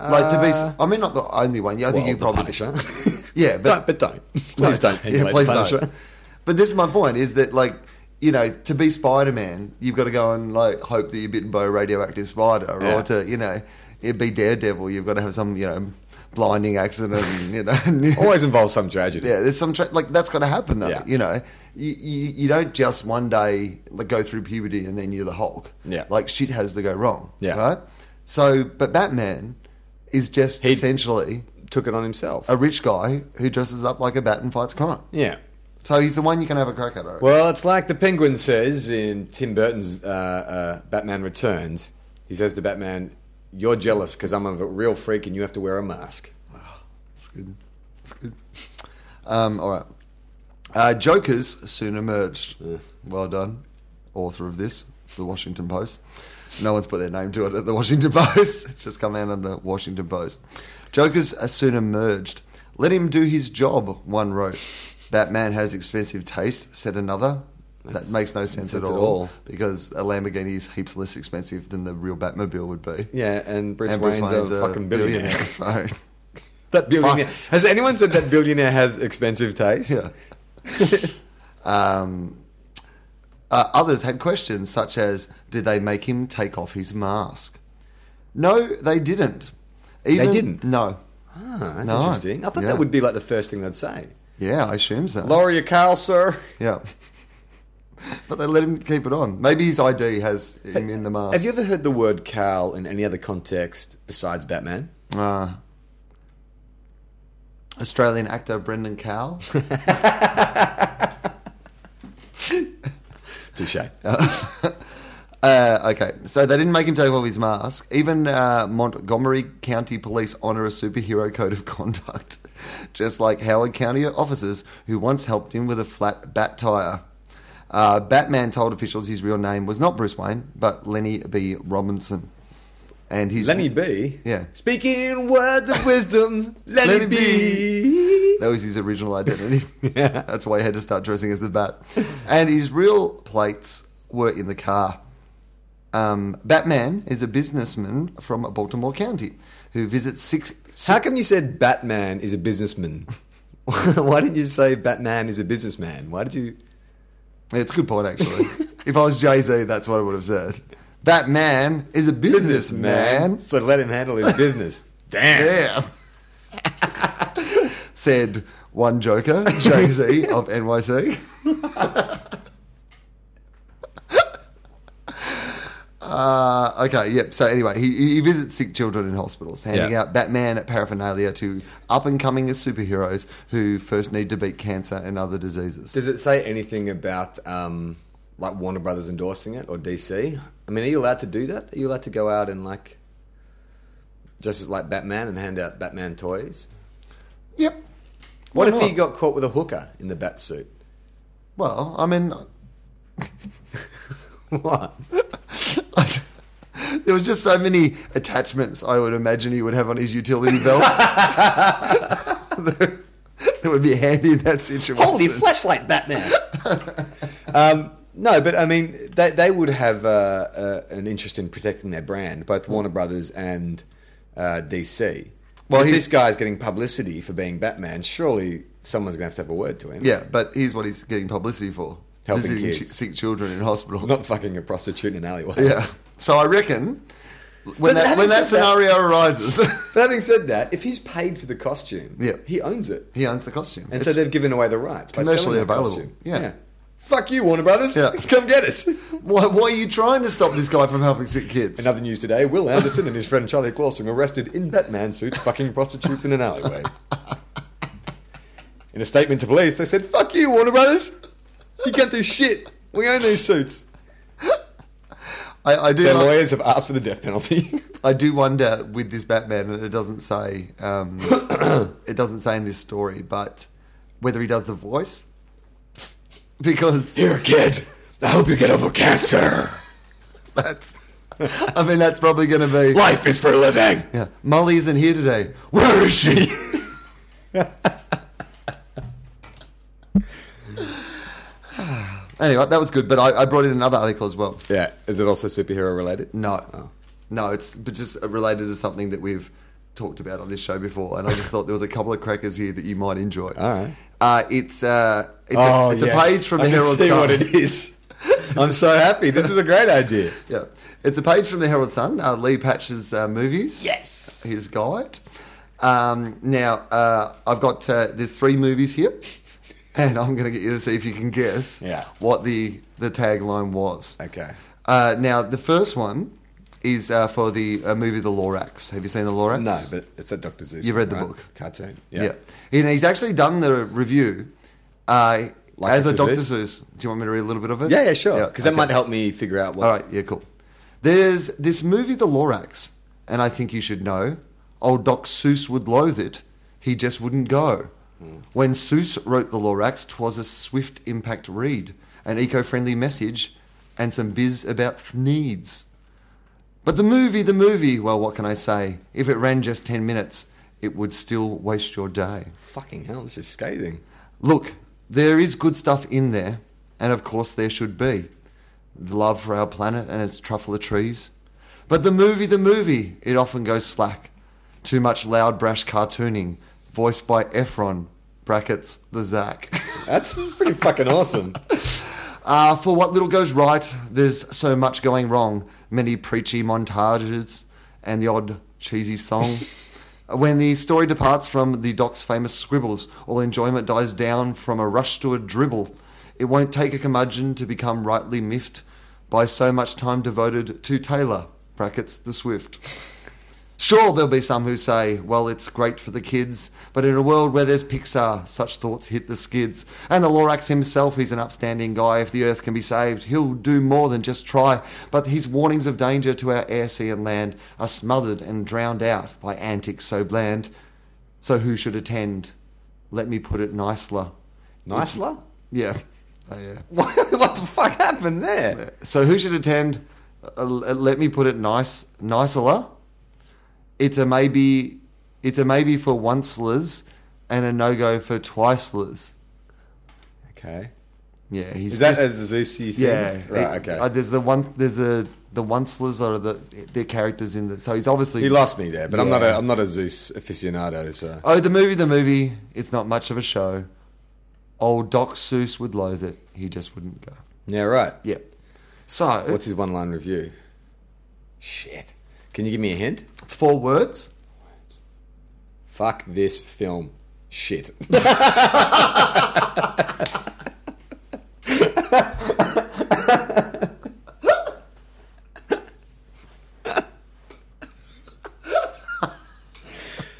Like to Uh, be, I mean, not the only one. Yeah, I think Well, you the probably Punisher. Yeah, Don't- but- but don't. Please don't. Yeah, emulate the please Punisher. don't. But this is my point: is that like you know, to be Spider Man, you've got to go and like hope that you're bitten by a radioactive spider, Yeah. or to you know, it'd be Daredevil. You've got to have some you know, blinding accident. You know, Always involves some tragedy. yeah. There's some tra- like that's got to happen though. Yeah. You know, you, you you don't just one day like go through puberty and then you're the Hulk. Yeah. like shit has to go wrong. Yeah. right. So, but Batman is just He- essentially Took it on himself. a rich guy who dresses up like a bat and fights crime. yeah. So he's the one you can have a crack at. I reckon. Well, it's like the Penguin says in Tim Burton's uh, uh, Batman Returns. He says to Batman, "You're jealous because I'm a real freak and you have to wear a mask." It's good. It's good. Um, all right. Uh, Jokers soon emerged. Well done, author of this, The Washington Post. No one's put their name to it at The Washington Post. It's just come out under Washington Post. Jokers are soon emerged. Let him do his job, one wrote. Batman has expensive taste, said another. that makes no sense, at, all, because a Lamborghini is heaps less expensive than the real Batmobile would be. Yeah, and Bruce, And Bruce Wayne's, a, fucking billionaire. so. that billionaire. Fuck. Has anyone said that billionaire has expensive taste? Yeah. um, uh, others had questions such as Did they make him take off his mask? No, they didn't. Even, didn't? No. Ah, that's No. interesting. I thought Yeah. that would be like the first thing they'd say. Yeah, I assume so. Lower your cowl, sir. Yeah. But they let him keep it on. Maybe his ID has him in the mask. Have you ever heard the word Cal in any other context besides Batman? Uh, Australian actor Brendan Cowell. Touche. Uh, okay, so they didn't make him take off his mask. Even uh, Montgomery County Police honour a superhero code of conduct, just like Howard County officers who once helped him with a flat bat tire. Uh, Batman told officials his real name was not Bruce Wayne, but Lenny B. Robinson. And he's Lenny B. Yeah. Speaking words of wisdom, Lenny, Lenny B. That was his original identity. That's why he had to start dressing as the bat. And his real plates were in the car. Um, Batman is a businessman from Baltimore County who visits six. How come you said Batman is a businessman? Why didn't you say Batman is a businessman? Why did you? It's a good point, actually. if I was Jay Z, that's what I would have said. Batman is a businessman. So let him handle his business. Damn. Yeah. Said one joker, Jay Z of NYC. Uh, okay, yep. So anyway, he, he visits sick children in hospitals, handing Yeah. out Batman paraphernalia to up and coming superheroes who first need to beat cancer and other diseases. Does it say anything about um, like Warner Brothers endorsing it or DC? I mean, are you allowed to do that? Are you allowed to go out and like just like Batman and hand out Batman toys? yep. What Why if he not? got caught with a hooker in the bat suit? Well, I mean, What? I- there was just so many attachments I would imagine he would have on his utility belt. that would be handy in that situation. Holy flashlight, Batman! um, no, but I mean, they, they would have uh, uh, an interest in protecting their brand, both Warner Brothers and uh, DC. Well, Well, if he- this guy's getting publicity for being Batman. Surely someone's going to have to have a word to him. Yeah, but here's what he's getting publicity for: Helping visiting kids. chi- sick children in hospital. not fucking a prostitute in an alleyway. yeah, so I reckon when But that, having when that said that- scenario arises, But having said that, if he's paid for the costume, Yeah. he owns it, he owns the costume. and so they've given away the rights. By commercially selling that available. Costume. Yeah. Fuck you, Warner Brothers. Yeah. Come get us. why, why are you trying to stop this guy from helping sick kids? Another news today: Will Anderson and his friend Charlie Clawson arrested in Batman suits, fucking prostitutes in an alleyway. In a statement to police, they said, "Fuck you, Warner Brothers. You can't do shit. We own these suits." I, I do. Their like- lawyers have asked for the death penalty. I do wonder with this Batman, and it doesn't say um, it doesn't say in this story, but whether he does the voice because You're a kid. I hope you get over cancer. that's I mean that's probably going to be Life is for living. yeah. Molly isn't here today. Where is she? Anyway, that was good, but I, I brought in another article as well. Yeah. Is it also superhero related? No, Oh. no, it's but just related to something that we've talked about on this show before, and I just thought there was a couple of crackers here that you might enjoy. All right. Oh, uh, it's uh, it's, a, it's yes. a page from I the can Herald see Sun. what it is. I'm so happy. This is a great idea. Yeah, it's a page from the Herald Sun, uh, Lee Patch's uh, movies. Yes. his guide. Um, now uh, I've got uh, there's three movies here, and I'm going to get you to see if you can guess Yeah. what the the tagline was. Okay. Uh, now the first one is uh, for the uh, movie The Lorax. Have you seen The Lorax? No, but it's that Doctor Zeus. You've read one, the right? book. Cartoon. yeah. And he's actually done the review uh, Like as a Dr. Dr. Seuss? Seuss. Do you want me to read a little bit of it? Yeah, yeah, sure. Because that okay. might help me figure out what. All right, yeah, cool. There's this movie, The Lorax, and I think you should know. Old Doc Seuss would loathe it. He just wouldn't go. When Seuss wrote The Lorax, 'twas a swift impact read, an eco-friendly message, and some biz about needs. But the movie, the movie, well, what can I say? If it ran just 10 minutes, it would still waste your day. Fucking hell, this is scathing. Look, there is good stuff in there, and of course there should be. The love for our planet and its truffle trees. But the movie, the movie, it often goes slack. Too much loud, brash cartooning, voiced by Efron, brackets, the Zack. That's, that's pretty fucking awesome. Uh, for what little goes right, there's so much going wrong. Many preachy montages and the odd cheesy song. when the story departs from the doc's famous scribbles, all enjoyment dies down from a rush to a dribble. It won't take a curmudgeon to become rightly miffed by so much time devoted to Taylor, brackets the swift. Sure, there'll be some who say, well, it's great for the kids, but in a world where there's Pixar, such thoughts hit the skids. And the Lorax himself, he's an upstanding guy. If the earth can be saved, he'll do more than just try. But his warnings of danger to our air, sea, and land are smothered and drowned out by antics so bland. So who should attend? Let me put it nicely. Nicely? Yeah. Oh, yeah. What, what the fuck happened there? So who should attend? Uh, let me put it nice, nicely. It's a maybe. It's a maybe for oncelers and a no go for twicelers. Okay. Yeah, he's Is that just- a Zeusy thing? yeah Right, it- okay. uh, there's the one. There's the the oncelers are the their characters in the. So he's obviously he lost me there, but I'm not a Yeah. I'm not a Zeus aficionado, so Oh, the movie, the movie. It's not much of a show. Old Doc Seuss would loathe it. He just wouldn't go. Yeah, right. Yep. So What's his one line review? Shit. Can you give me a hint? it's four words. Fuck this film. Shit.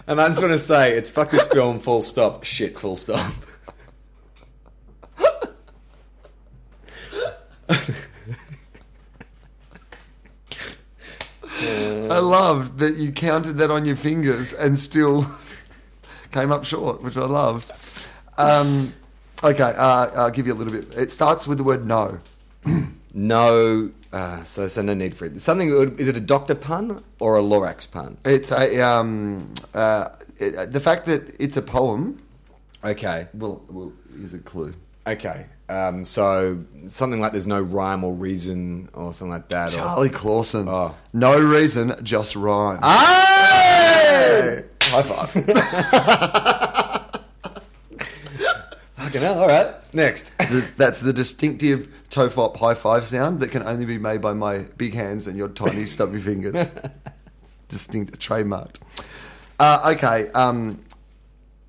and I just want to say it's fuck this film, full stop, shit, full stop. I loved that you counted that on your fingers and still came up short, which I loved. Um, okay, uh, I'll give you a little bit. It starts with the word no. No, uh, so so no need for it. Something is it a doctor pun or a Lorax pun? It's a um, uh, it, the fact that it's a poem Okay, will will is a clue. okay. Um, so something like there's no rhyme or reason or something like that. or- Charlie Clausen. Oh. No reason, just rhyme. Hey! High five. Fucking hell, all right. Next. The- That's the distinctive tofop high five sound that can only be made by my big hands and your tiny stubby fingers. It's distinct, trademarked. Uh, okay. Um,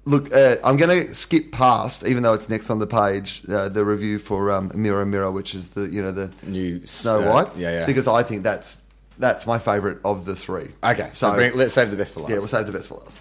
look, uh, I'm going to skip past, even though it's next on the page, uh, the review for um, Mirror Mirror, which is the you know the New Snow uh, White. Yeah, yeah. Because I think that's that's my favourite of the three. okay, so, bring, let's save the best for last. Yeah, we'll save the best for last.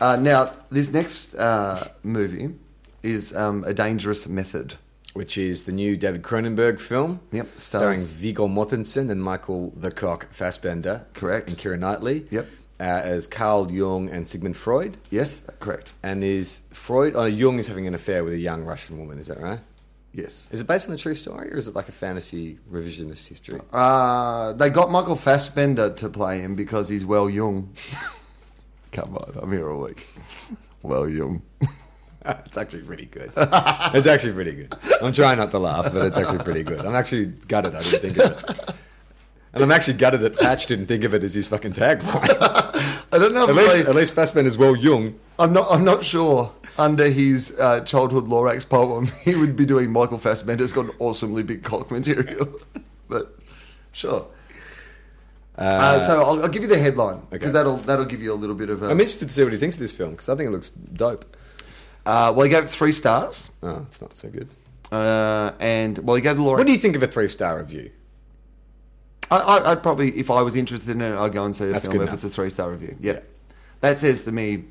Uh, now, this next uh, movie is um, A Dangerous Method. Which is the new David Cronenberg film. Yep, Starring stars- Viggo Mortensen and Michael the Cock Fassbender. Correct. And Kira Knightley. Yep. Uh, as Carl Jung and Sigmund Freud. Yes, correct. And is Freud. Oh, Jung is having an affair with a young Russian woman, is that right? Yes. Is it based on a true story or is it like a fantasy revisionist history? Uh, they got Michael Fassbender to play him because he's well young. Come on, I'm here all week. Well young. It's actually pretty good. it's actually pretty good. I'm trying not to laugh, but it's actually pretty good. I'm actually gutted I didn't think of it. And I'm actually gutted that Patch didn't think of it as his fucking tagline. I don't know if at least, at least Fassbender's well young. I'm not. I'm not sure. Under his uh, childhood Lorax poem, he would be doing Michael Fassbender's got an awesomely big cock material, but sure. Uh, so I'll, I'll give you the headline because Okay. that'll that'll give you a little bit of. A, I'm interested to see what he thinks of this film because I think it looks dope. uh, well, he gave it three stars, Oh, it's not so good. uh, and well, he gave the Lorax. What do you think of a three star review? I, I, I'd probably, if I was interested in it, I'd go and see the That's film good if enough. it's a three star review. Yeah. That says to me,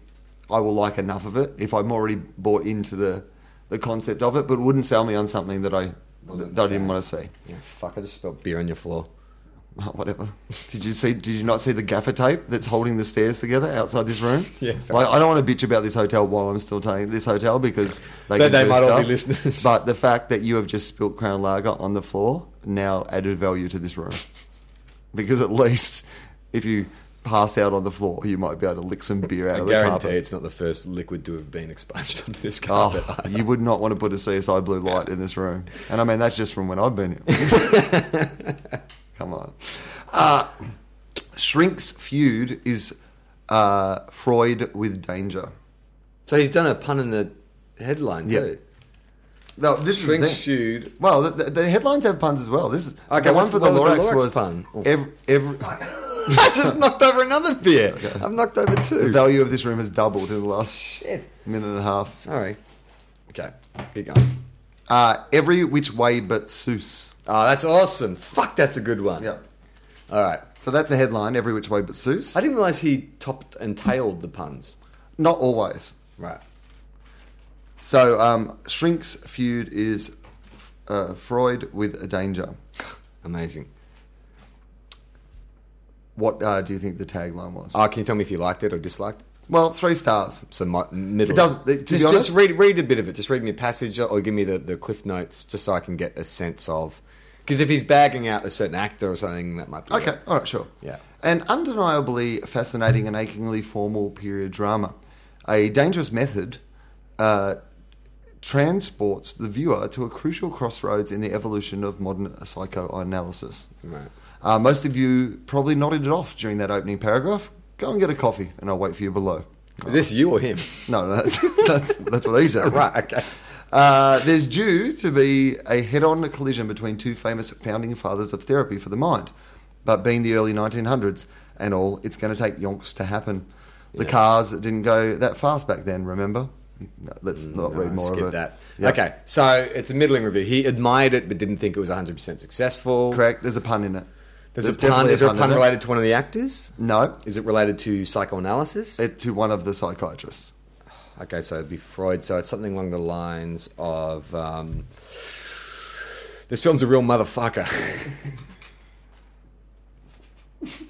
I will like enough of it if I'm already bought into the, the concept of it, but it wouldn't sell me on something that I, that I didn't want to see. Yeah, fuck, I just spilled beer on your floor. Oh, whatever. Did you see? Did you not see the gaffer tape that's holding the stairs together outside this room? Yeah, fair Like, I don't want to bitch about this hotel while I'm still staying at this hotel because They- they, can they do might all be stuff. listeners. But the fact that you have just spilt Crown Lager on the floor now added value to this room because at least if you pass out on the floor, you might be able to lick some beer out I of the guarantee carpet. it's not the first liquid to have been expunged onto this carpet. Oh, either. you would not want to put a CSI blue light in this room, and I mean that's just from when I've been here. Come on, uh, Shrink's feud is uh, Freud with danger. So he's done a pun in the headline Yeah. too. No, this Shrink's is the thing. feud. Well, the, the headlines have puns as well. This is Okay, the one what's for the- the what was Lorax the Lorax was pun? Oh. every, every I just knocked over another beer. I've knocked over the two. value of this room has doubled in the last Shit. minute and a half. Sorry. Okay, keep going. Uh, every which way but Seuss. Oh, that's awesome. Fuck, that's a good one. Yeah. All right. So that's a headline. Every which way but Seuss. I didn't realize he topped and tailed the puns. Not always. Right. So um, Shrink's feud is uh, Freud with a danger. Amazing. What uh, do you think the tagline was? Oh, can you tell me if you liked it or disliked it? well, three stars. So my, middle. It doesn't- to be just, honest- just read read a bit of it. Just read me a passage or give me the, the cliff notes, just so I can get a sense of. Because if he's bagging out a certain actor or something, that might be Okay, it. all right, sure. Yeah. An undeniably fascinating and achingly formal period drama. A dangerous method uh, transports the viewer to a crucial crossroads in the evolution of modern psychoanalysis. Right. Uh, most of you probably nodded it off during that opening paragraph. Go and get a coffee, and I'll wait for you below. Is this you or him? No, no that's, that's, that's what he said. right. Okay. Uh, there's due to be a head on collision between two famous founding fathers of therapy for the mind. But being the early 1900s and all, it's going to take yonks to happen. The cars didn't go that fast back then, remember? No, let's not read Mm, No, more skip of it. that. Yeah. Okay, so it's a middling review. He admired it, but didn't think it was 100% successful. Correct. There's a pun in it. There's, a pun. definitely Is there a in pun it. related to one of the actors? No. Is it related to psychoanalysis? It, to one of the psychiatrists. okay, so it'd be Freud. So it's something along the lines of um, this film's a real motherfucker.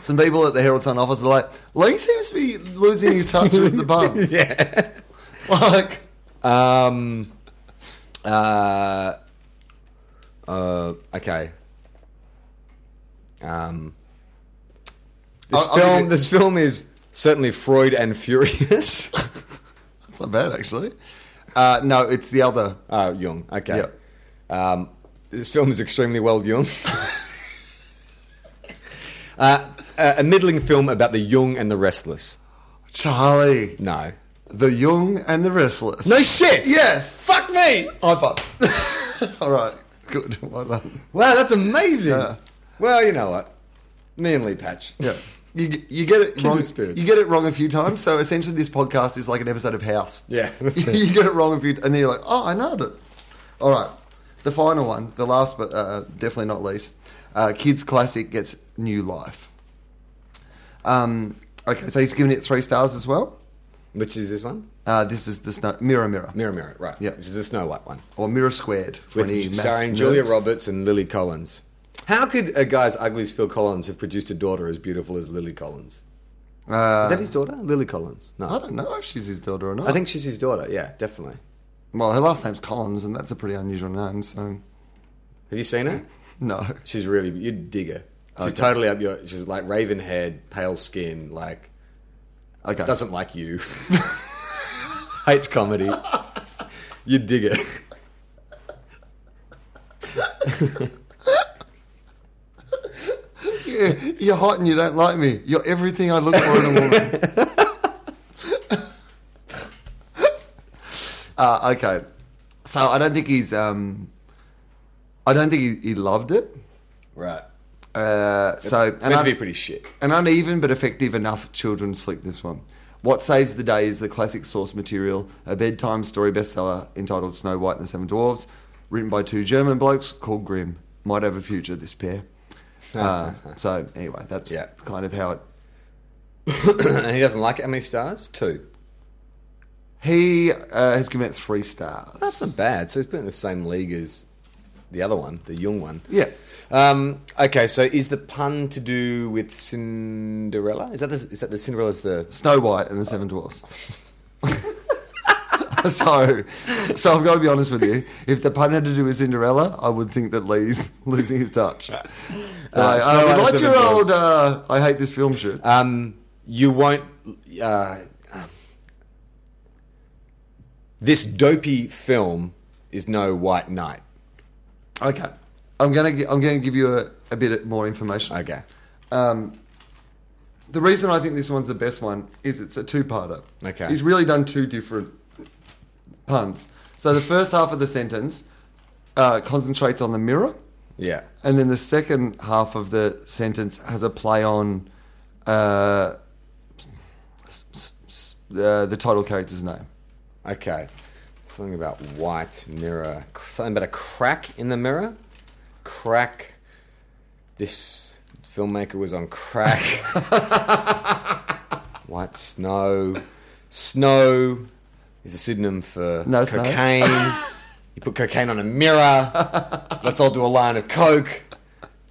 Some people at the Herald Sun office are like, Lee seems to be losing his touch with the buns. yeah. Like, Um, uh, uh, okay. Um, this I'll- I'll give film, you- this film is certainly Freud and Furious. that's not bad, actually. Uh, no, it's the other. Oh, Jung. Okay. Um, this film is extremely well Jung. uh, a a middling film about the Jung and the restless. Charlie. No. The Young and the Restless. No shit. Yes. Fuck me. High five. All right. Good. Well done. Wow, that's amazing. Yeah. Well, you know what? Me and Lee Patch. Yeah. You, you get it wrong. spirits. You get it wrong a few times. So essentially, this podcast is like an episode of House. Yeah, that's it. you get it wrong a few, and then you're like, "Oh, I nailed it." All right. The final one, the last but uh, definitely not least, uh, kids classic gets new life. Um, okay, so he's giving it three stars as well. Which is this one? Uh, this is the snow, mirror, mirror, Mirror, Mirror, right. Yeah. Which is the Snow White one. or mirror squared for With any math starring Julia nerds. Roberts and Lily Collins. How could a guy as ugly as Phil Collins have produced a daughter as beautiful as Lily Collins? Uh, Is that his daughter? Lily Collins? No. I don't know if she's his daughter or not. I think she's his daughter, yeah, definitely. Well, her last name's Collins, and that's a pretty unusual name. So, Have you seen her? no. She's really, you'd dig her. She's Okay. totally up your, she's like raven haired, pale skin, like, Okay. doesn't like you. Hates comedy. You'd dig her. Yeah, you're hot and you don't like me. You're everything I look for in a woman. uh, okay. So I don't think he's. Um, I don't think he, he loved it. Right. Uh, so It's meant to be pretty shit. An uneven but effective enough children's flick, this one. What saves the day is the classic source material, a bedtime story bestseller entitled Snow White and the Seven Dwarfs, written by two German blokes called Grimm. Might have a future, this pair. Uh, so, anyway, that's Yeah. kind of how it. and he doesn't like it. How many stars? Two. He uh, has given it three stars. That's not bad. So he's been in the same league as the other one, the Jung one. yeah. Um, okay, so is the pun to do with Cinderella? Is that the, is that the Cinderella's the Snow White and the Seven Dwarfs. so, so I've got to be honest with you. If the pun had to do with Cinderella, I would think that Lee's losing his touch. Like, Uh, Snow White I and the like Seven your Dwarfs. old. Uh, I hate this film shit. um, you won't uh, this dopey film is no White Knight. okay, I'm gonna gi- I'm gonna give you a, a bit more information. Okay, Um, the reason I think this one's the best one is it's a two-parter. Okay. He's really done two different puns. So the first half of the sentence uh, concentrates on the mirror. yeah, And then the second half of the sentence has a play on uh, s- s- s- uh, the title character's name. okay. something about white mirror. Cr- Something about a crack in the mirror. Crack. This filmmaker was on crack. white snow. Snow is a pseudonym for No, it's not. cocaine. you put cocaine on a mirror. Let's all do a line of coke.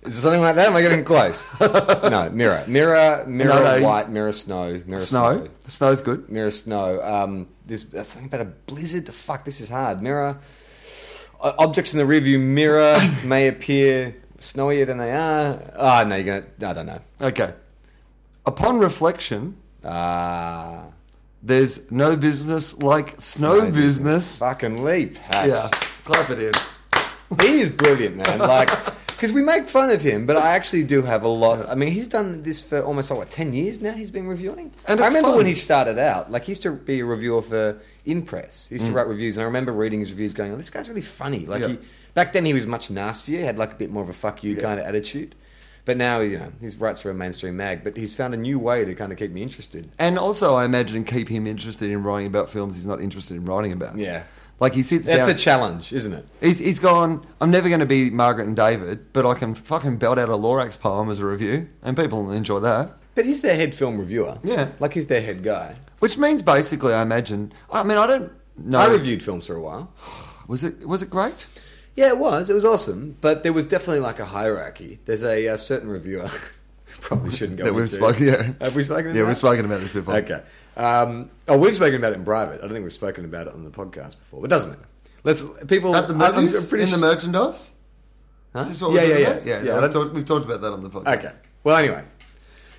Is it something like that? Am I getting close? no, mirror, mirror, mirror, no, you- white, mirror, snow, mirror, snow. Snow. Snow's good. Mirror Snow. Um, there's there's something about a blizzard. The fuck, this is hard. Mirror. O- objects in the rearview mirror may appear snowier than they are. Ah, no, you're gonna. I don't know. Okay. Upon reflection, Ah, there's no business like snow, no business. Fucking leap. Hatch. Yeah. Clap it in. he is brilliant, man. Like, because we make fun of him, but I actually do have a lot. I mean, he's done this for almost like what ten years now. He's been reviewing, And I it's remember fun. when he started out. Like, he used to be a reviewer for In Press. He used to write reviews, and I remember reading his reviews, going, "Oh, this guy's really funny." Like, Mm. Yeah. he back then he was much nastier. He had like a bit more of a "fuck you" kind of attitude. But now, you know, he's writes for a mainstream mag. But he's found a new way to kind of keep me interested. And also, I imagine keep him interested in writing about films he's not interested in writing about. Yeah. Like he sits That's down. a challenge, isn't it? He's, he's gone, I'm never going to be Margaret and David, but I can fucking belt out a Lorax poem as a review, and people will enjoy that. But he's their head film reviewer. Yeah. like he's their head guy. Which means basically, I imagine. I mean, I don't know. I reviewed films for a while. Was it was it great? Yeah, it was. It was awesome, but there was definitely like a hierarchy. There's a, uh certain reviewer. Probably shouldn't go That into. we've spoken- yeah. Have we spoken? yeah, about we've it? spoken about this before. Okay. Um, oh, we've spoken about it in private. I don't think we've spoken about it on the podcast before, but it doesn't matter. Let's people At the I'm- I'm movies, pretty in the su- merchandise. Huh? Is this what yeah, we're yeah, talking yeah, about? yeah, yeah. no, I we've, don't- talked, we've talked about that on the podcast. Okay. Well, anyway,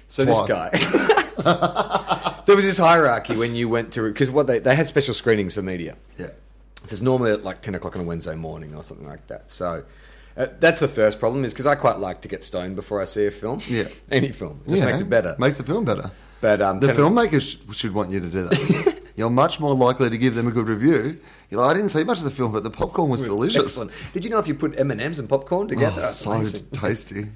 so Twice. this guy, there was this hierarchy when you went to because what they they had special screenings for media. Yeah. So it's normally at like 10 o'clock on a Wednesday morning or something like that. So uh, that's the first problem is because I quite like to get stoned before I see a film. Yeah. Any film. It just Yeah. makes it better. Makes the film better. but um, The 10 filmmakers sh- should want you to do that. You're much more likely to give them a good review. You're like, I didn't see much of the film, but the popcorn was delicious. Excellent. Did you know if you put M&Ms and popcorn together? Oh, it's so amazing. tasty.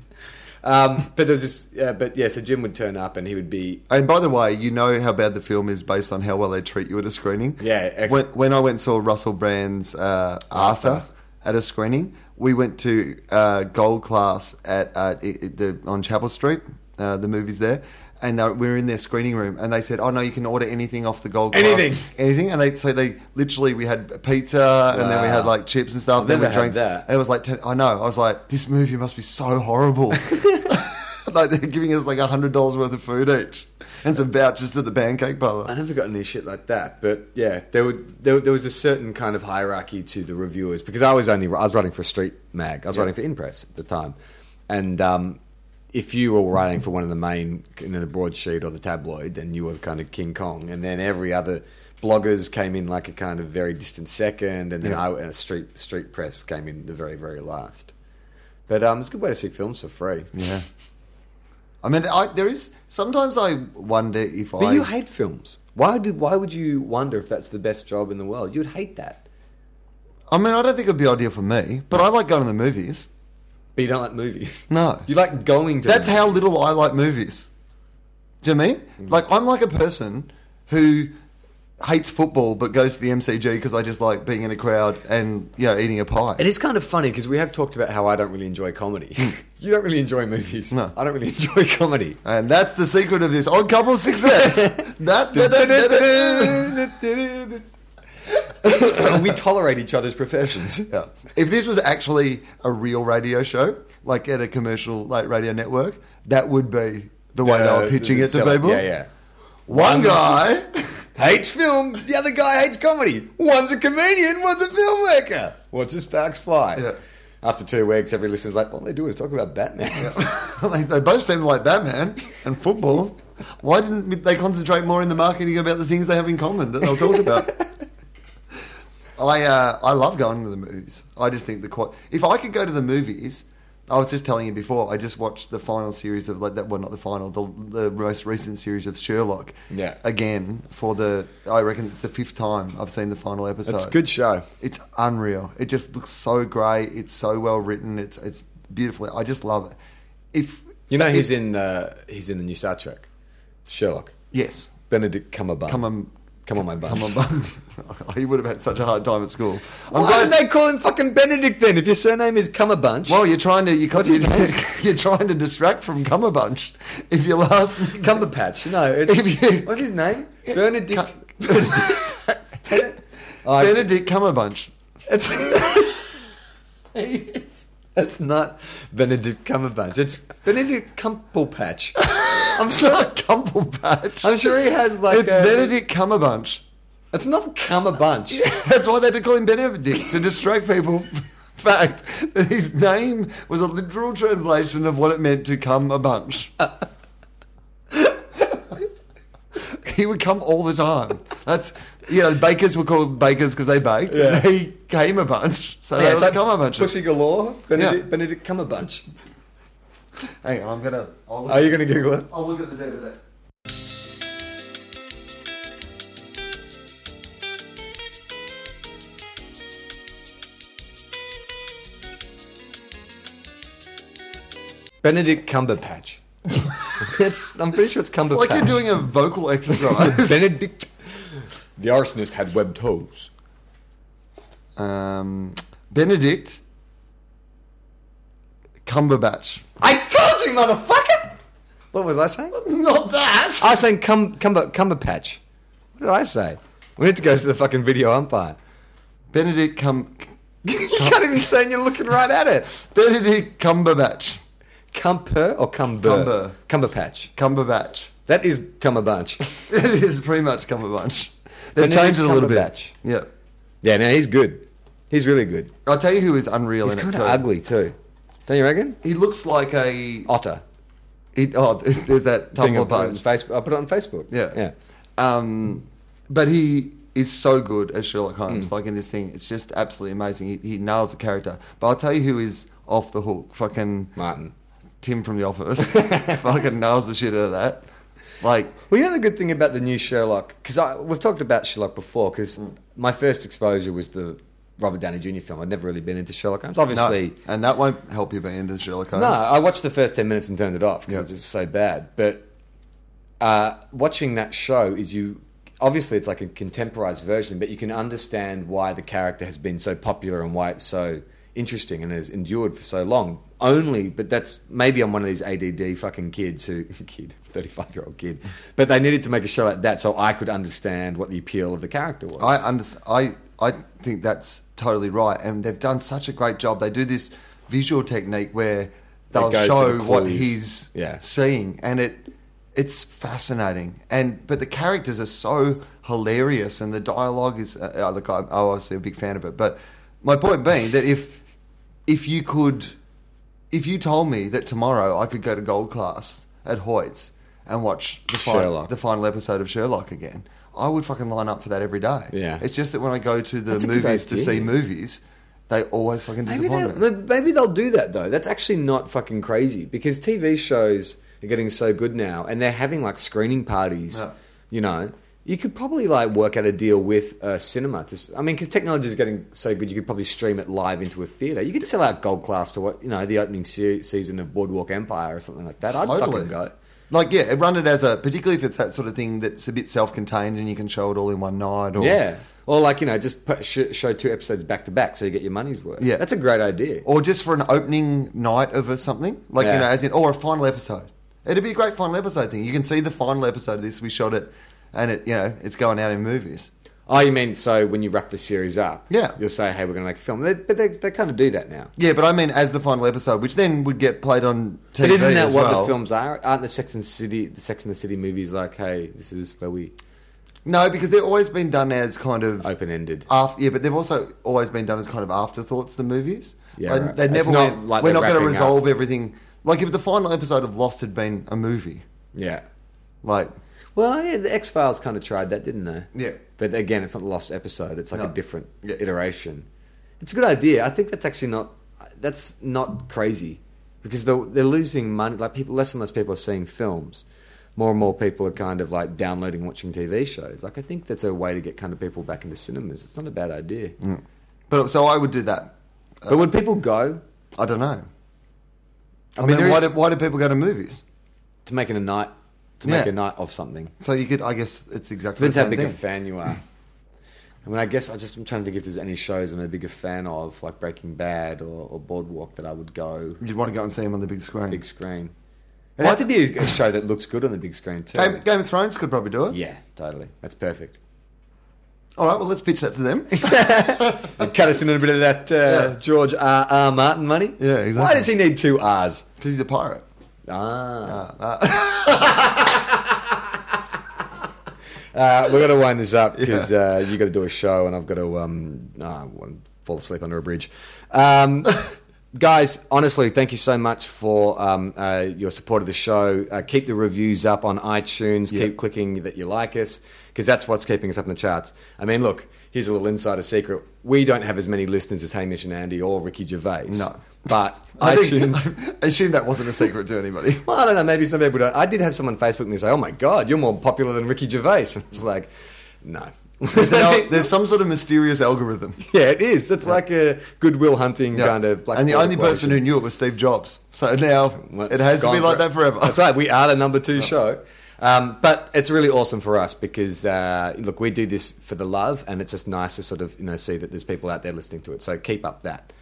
um, but there's this, uh, but yeah, so Jim would turn up and he would be, And by the way, you know how bad the film is based on how well they treat you at a screening. Yeah, ex- when, when I went and saw Russell Brand's uh, Arthur at a screening, we went to uh, Gold Class at uh, it, it- the on Chapel Street. Uh, the movies there, and they, we were in their screening room, and they said, "Oh no, you can order anything off the Gold Class, Anything. anything." And they so they literally we had pizza, and then we Wow. had like chips and stuff. I've then we never had drinks. that. And it was like, ten, I know. I was like, this movie must be so horrible. like they're giving us like a hundred dollars worth of food each and some vouchers to the pancake I parlor. never got any shit like that, but yeah, there would there, there was a certain kind of hierarchy to the reviewers because I was only I was writing for a street mag, I was writing for InPress at the time, and um, if you were writing for one of the main, you know, the broadsheet or the tabloid, then you were kind of King Kong, and then every other bloggers came in like a kind of very distant second, and then Yeah. I uh, street street press came in the very very last. But um, it's a good way to see films for free. Yeah. I mean, I, there is sometimes I wonder if But I. you hate films. Why did? Why would you wonder if that's the best job in the world? You'd hate that. I mean, I don't think it'd be ideal for me, but I like going to the movies. But you don't like movies. No. You like going to That's the how movies. little I like movies. Do you know what I mean? Mm. Like I'm like a person who hates football but goes to the MCG because I just like being in a crowd and you know eating a pie. It is kind of funny because we have talked about how I don't really enjoy comedy. you don't really enjoy movies. Hmm. No. I don't really enjoy comedy. And that's the secret of this on couple success. that, that- that- that- that- we tolerate each other's professions. Yeah. If this was actually a real radio show, like at a commercial like radio network, that would be the way they Uh, were pitching it to so- people. Yeah, yeah. One guy, Hates film. The other guy hates comedy. One's a comedian. One's a filmmaker. Watch his facts fly. Yeah. After two weeks, every listener's like, all they do is talk about Batman. like, they both seem like Batman and football. Why didn't they concentrate more in the marketing about the things they have in common that they'll talk about? I uh, I love going to the movies. I just think the qual- if I could go to the movies, I was just telling you before. I just watched the final series of like that. Well, not the final, the, the most recent series of Sherlock. Yeah. Again for the I reckon it's the fifth time I've seen the final episode. It's a good show. It's unreal. It just looks so great. It's so well written. It's it's beautifully. I just love it. If You know, if- he's in the he's in the new Star Trek, Sherlock. yes. Benedict Cumberbatch. Come on, Come on, my bum. Come on, Bun. he would have had such a hard time at school. I'm Why glad. did they call him fucking Benedict then? If your surname is Cummerbunch, well, you're trying to you What's his name? you're trying to distract from Cummerbunch. If your last Cumberpatch. No, it's, If you- what's his name? Benedict. Benedict. I- Benedict Cummerbunch, It's It's not Benedict Cumberbatch. It's Benedict Cumplepatch. I'm sure. Cumblepatch. I'm sure he has like. uh, it's a- Benedict Cummerbunch. It's not Cumberbunch. That's why they had to call him Benedict to distract people. Fact that his name was a literal translation of what it meant to come a bunch. he would come all the time. That's you know, bakers were called bakers because they baked, and Yeah. he came a bunch, so they it's would come a bunch. Um, Pussy galore. Benedict, Yeah. Benedict Cumberbatch. Hang on, I'm gonna. I'll look, Are you going to Google it? I'll look at the DVD. Benedict Cumberpatch. it's, I'm pretty sure it's Cumberpatch. Like you're doing a vocal exercise. Benedict. The arsonist had webbed toes. um, Benedict Cumberbatch. I told you, motherfucker! What was I saying? Not that. I was saying cum, cumber, cumberpatch. What did I say? We need to go to the fucking video umpire. Benedict Cum you can't even say and you're looking right at it. Benedict Cumberbatch. Cumper or cumber? Cumber. Cumberpatch. Cumberbatch. That is cumberbunch. It is pretty much Cumberbatch. They've Benedict changed it a little Cumberbatch. bit. Yeah. yeah, no, he's good. He's really good. I'll tell you who is unreal He's in it kind too. of ugly too. Don't you reckon? He looks like a Otter. he, oh, there's that Thing I Tumblr put, on page. Facebook. I put it on Facebook. Yeah. Yeah. Um, but he is so good as Sherlock Holmes. Mm. Like in this thing, it's just absolutely amazing. He, he nails the character. But I'll tell you who is off the hook. Fucking Martin. Tim from The Office. fucking nails the shit out of that. Like Well, you know the good thing about the new Sherlock, because we've talked about Sherlock before, because my first exposure was the Robert Downey Jr. film. I'd never really been into Sherlock Holmes. Obviously, no, and that won't help you be into Sherlock Holmes. No, I watched the first 10 minutes and turned it off because Yeah. it was just so bad. But uh, watching that show is you. Obviously, it's like a contemporized version, but you can understand why the character has been so popular and why it's so interesting and has endured for so long. Only, but that's maybe I'm one of these ADD fucking kids who, kid, 35 year old kid, but they needed to make a show like that so I could understand what the appeal of the character was. I understand. I I think that's totally right, and they've done such a great job. They do this visual technique where they'll goes to show the what clues. he's Yeah. seeing, and it it's fascinating. And but the characters are so hilarious, and the dialogue is. Uh, uh, look, I'm I'm obviously a big fan of it, but my point being that if if you could, if you told me that tomorrow I could go to gold class at Hoyt's and watch the final, Sherlock. the final episode of Sherlock again. I would fucking line up for that every day. Yeah. It's just that when I go to the That's a good movies to idea. see movies, they always fucking Maybe disappoint me. they'll, maybe they'll do that though. That's actually not fucking crazy because TV shows are getting so good now, and they're having like screening parties. Yeah. You know, you could probably like work out a deal with a cinema. To, s- I mean, because technology is getting so good, you could probably stream it live into a theater. You could sell out Gold Class to what you know the opening se- season of Boardwalk Empire or something like that. I'd Totally. fucking go. Like, yeah, run it as a, particularly if it's that sort of thing that's a bit self contained and you can show it all in one night or. Yeah. Or like you know, just put, sh- show two episodes back to back so you get your money's worth. Yeah. that's a great idea. Or just for an opening night of a something. Like, Yeah. you know, as in, or a final episode. It'd be a great final episode thing. You can see the final episode of this. We shot it and it, you know, it's going out in movies. Oh, you mean so when you wrap the series up, Yeah. you'll say, "Hey, we're going to make a film." They, but they, they kind of do that now. Yeah, but I mean, as the final episode, which then would get played on TV. But isn't that as what well. the films are? Aren't the Sex and the City, the Sex and the City movies like, "Hey, this is where we No, because they've always been done as kind of open ended." after. Yeah, but they've also always been done as kind of afterthoughts. The movies. Yeah, Like, right. they It's never not went. like we're they're not going to wrapping resolve everything. Like if the final episode of Lost had been a movie, Yeah. like Well, yeah, the X Files kind of tried that, didn't they? Yeah. But again, it's not the lost episode. It's like No. a different Yeah. iteration. It's a good idea. I think that's actually not that's not crazy because they're, they're losing money. Like people, less and less people are seeing films. More and more people are kind of like downloading, watching TV shows. Like I think that's a way to get kind of people back into cinemas. It's not a bad idea. Mm. but so I would do that. But would people go? I don't know. I, mean, mean, there why, is- do, why do people go to movies? to making a night to make Yeah. a night of something. So you could, I guess, it's exactly Depends the how same big thing. a fan you are. I mean, I guess I just am trying to think if there's any shows I'm a bigger fan of, like Breaking Bad or, or Boardwalk, that I would go You'd want to go and see him on the big screen. big screen. It had to be a show that looks good on the big screen too. Game, Game of Thrones could probably do it. Yeah, totally. That's perfect. All right, well, let's pitch that to them. Cut us in a bit of that uh, George R. R. Martin money. Yeah, exactly. Why does he need two R's? Because he's a pirate. Ah. ah. uh, we're going to wind this up because uh, you got to do a show and I've got to um, ah, I want to fall asleep under a bridge. Um, guys, honestly, thank you so much for um, uh, your support of the show. Uh, keep the reviews up on iTunes. Keep clicking that you like us because that's what's keeping us up in the charts. I mean, look, here's a little insider secret. We don't have as many listeners as Hamish and Andy or Ricky Gervais. No. But I think- iTunes. I assume that wasn't a secret to anybody. Well, I don't know. Maybe some people don't. I did have someone Facebook me say, "Oh my God, you're more popular than Ricky Gervais," and it's like, no. There's, an al- there's some sort of mysterious algorithm. yeah, it is. That's like a goodwill hunting Yeah. kind of. Black and the Wall only person who equation. knew it was Steve Jobs. So now Well, it has to gone be like that forever. That's right. We are the number two show. Um, but it's really awesome for us because uh, look, we do this for the love, and it's just nice to sort of you know see that there's people out there listening to it. So keep up that.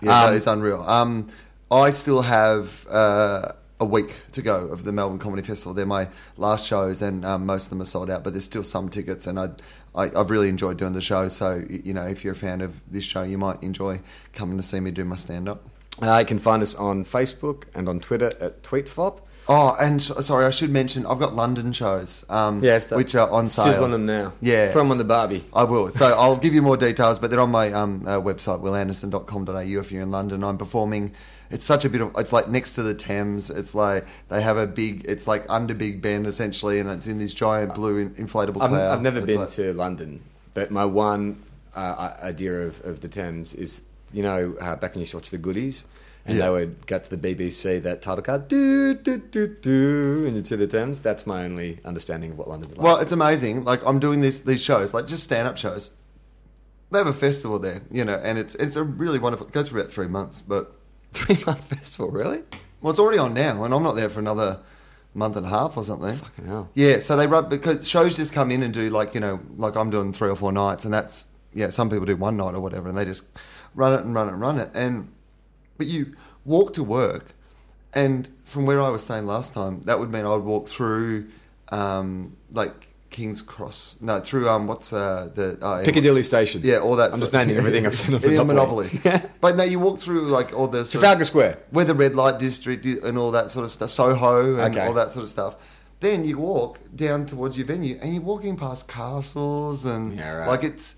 Yeah, Um, that is unreal. Um, I still have uh, a week to go of the Melbourne Comedy Festival. They're my last shows, and um, most of them are sold out, but there's still some tickets, and I, I, I've really enjoyed doing the show. So, y- you know, if you're a fan of this show, you might enjoy coming to see me do my stand up. Uh, you can find us on Facebook and on Twitter at TweetFlop. Oh, and s- sorry, I should mention I've got London shows, um, Yeah, it's- which are on sale. Sizzling them now. Yeah. Throw them on the barbie. I will. So I'll give you more details, but they're on my um, uh, website, willanderson.com.au if you're in London. I'm performing. It's such a bit of, it's like next to the Thames. It's like they have a big, it's like under Big Ben essentially, and it's in this giant blue in, inflatable I've, cloud. I've never It's been like- to London, but my one uh, i- idea of, of the Thames is, you know, uh, back when you used to watch the goodies, and Yeah. they would go to the BBC that title card, do do do do, and you'd see the Thames. That's my only understanding of what London's like. Well, it's amazing. Like I'm doing this, these shows, like just stand up shows. They have a festival there, you know, and it's it's a really wonderful. It goes for about three months, but three month festival, really? well, it's already on now, and I'm not there for another month and a half or something. Fucking hell. Yeah, so they run because shows just come in and do like you know like I'm doing three or four nights, and that's yeah some people do one night or whatever, and they just run it and run it and run it, and but you walk to work, and from where I was staying last time, that would mean I'd walk through um, like King's Cross, no through um what's uh, the uh, Piccadilly Station. yeah all that I'm just sort- naming everything I've seen on Yeah, Monopoly. but no, you walk through like all the sort of- Trafalgar Square. where the red light district i- and all that sort of stuff, Soho and Okay. all that sort of stuff. Then you walk down towards your venue, and you're walking past castles and Yeah, right. like it's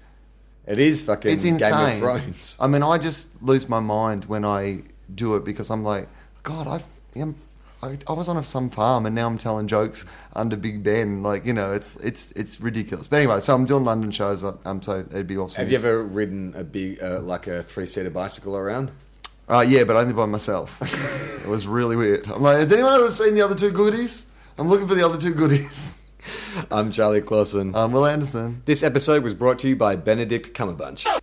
It is fucking it's Game insane. of Thrones. I mean, I just lose my mind when I do it because I'm like, God, I've. I'm, I, I was on some farm and now I'm telling jokes under Big Ben. Like you know, it's it's it's ridiculous. But anyway, so I'm doing London shows. Um, so it'd be awesome. Have you ever ridden a big, uh, like a three seater bicycle around? Uh, yeah, but only by myself. it was really weird. I'm like, has anyone ever seen the other two goodies? I'm looking for the other two goodies. I'm Charlie Clausen. Um, Will Anderson. This episode was brought to you by Benedict Cumberbunch.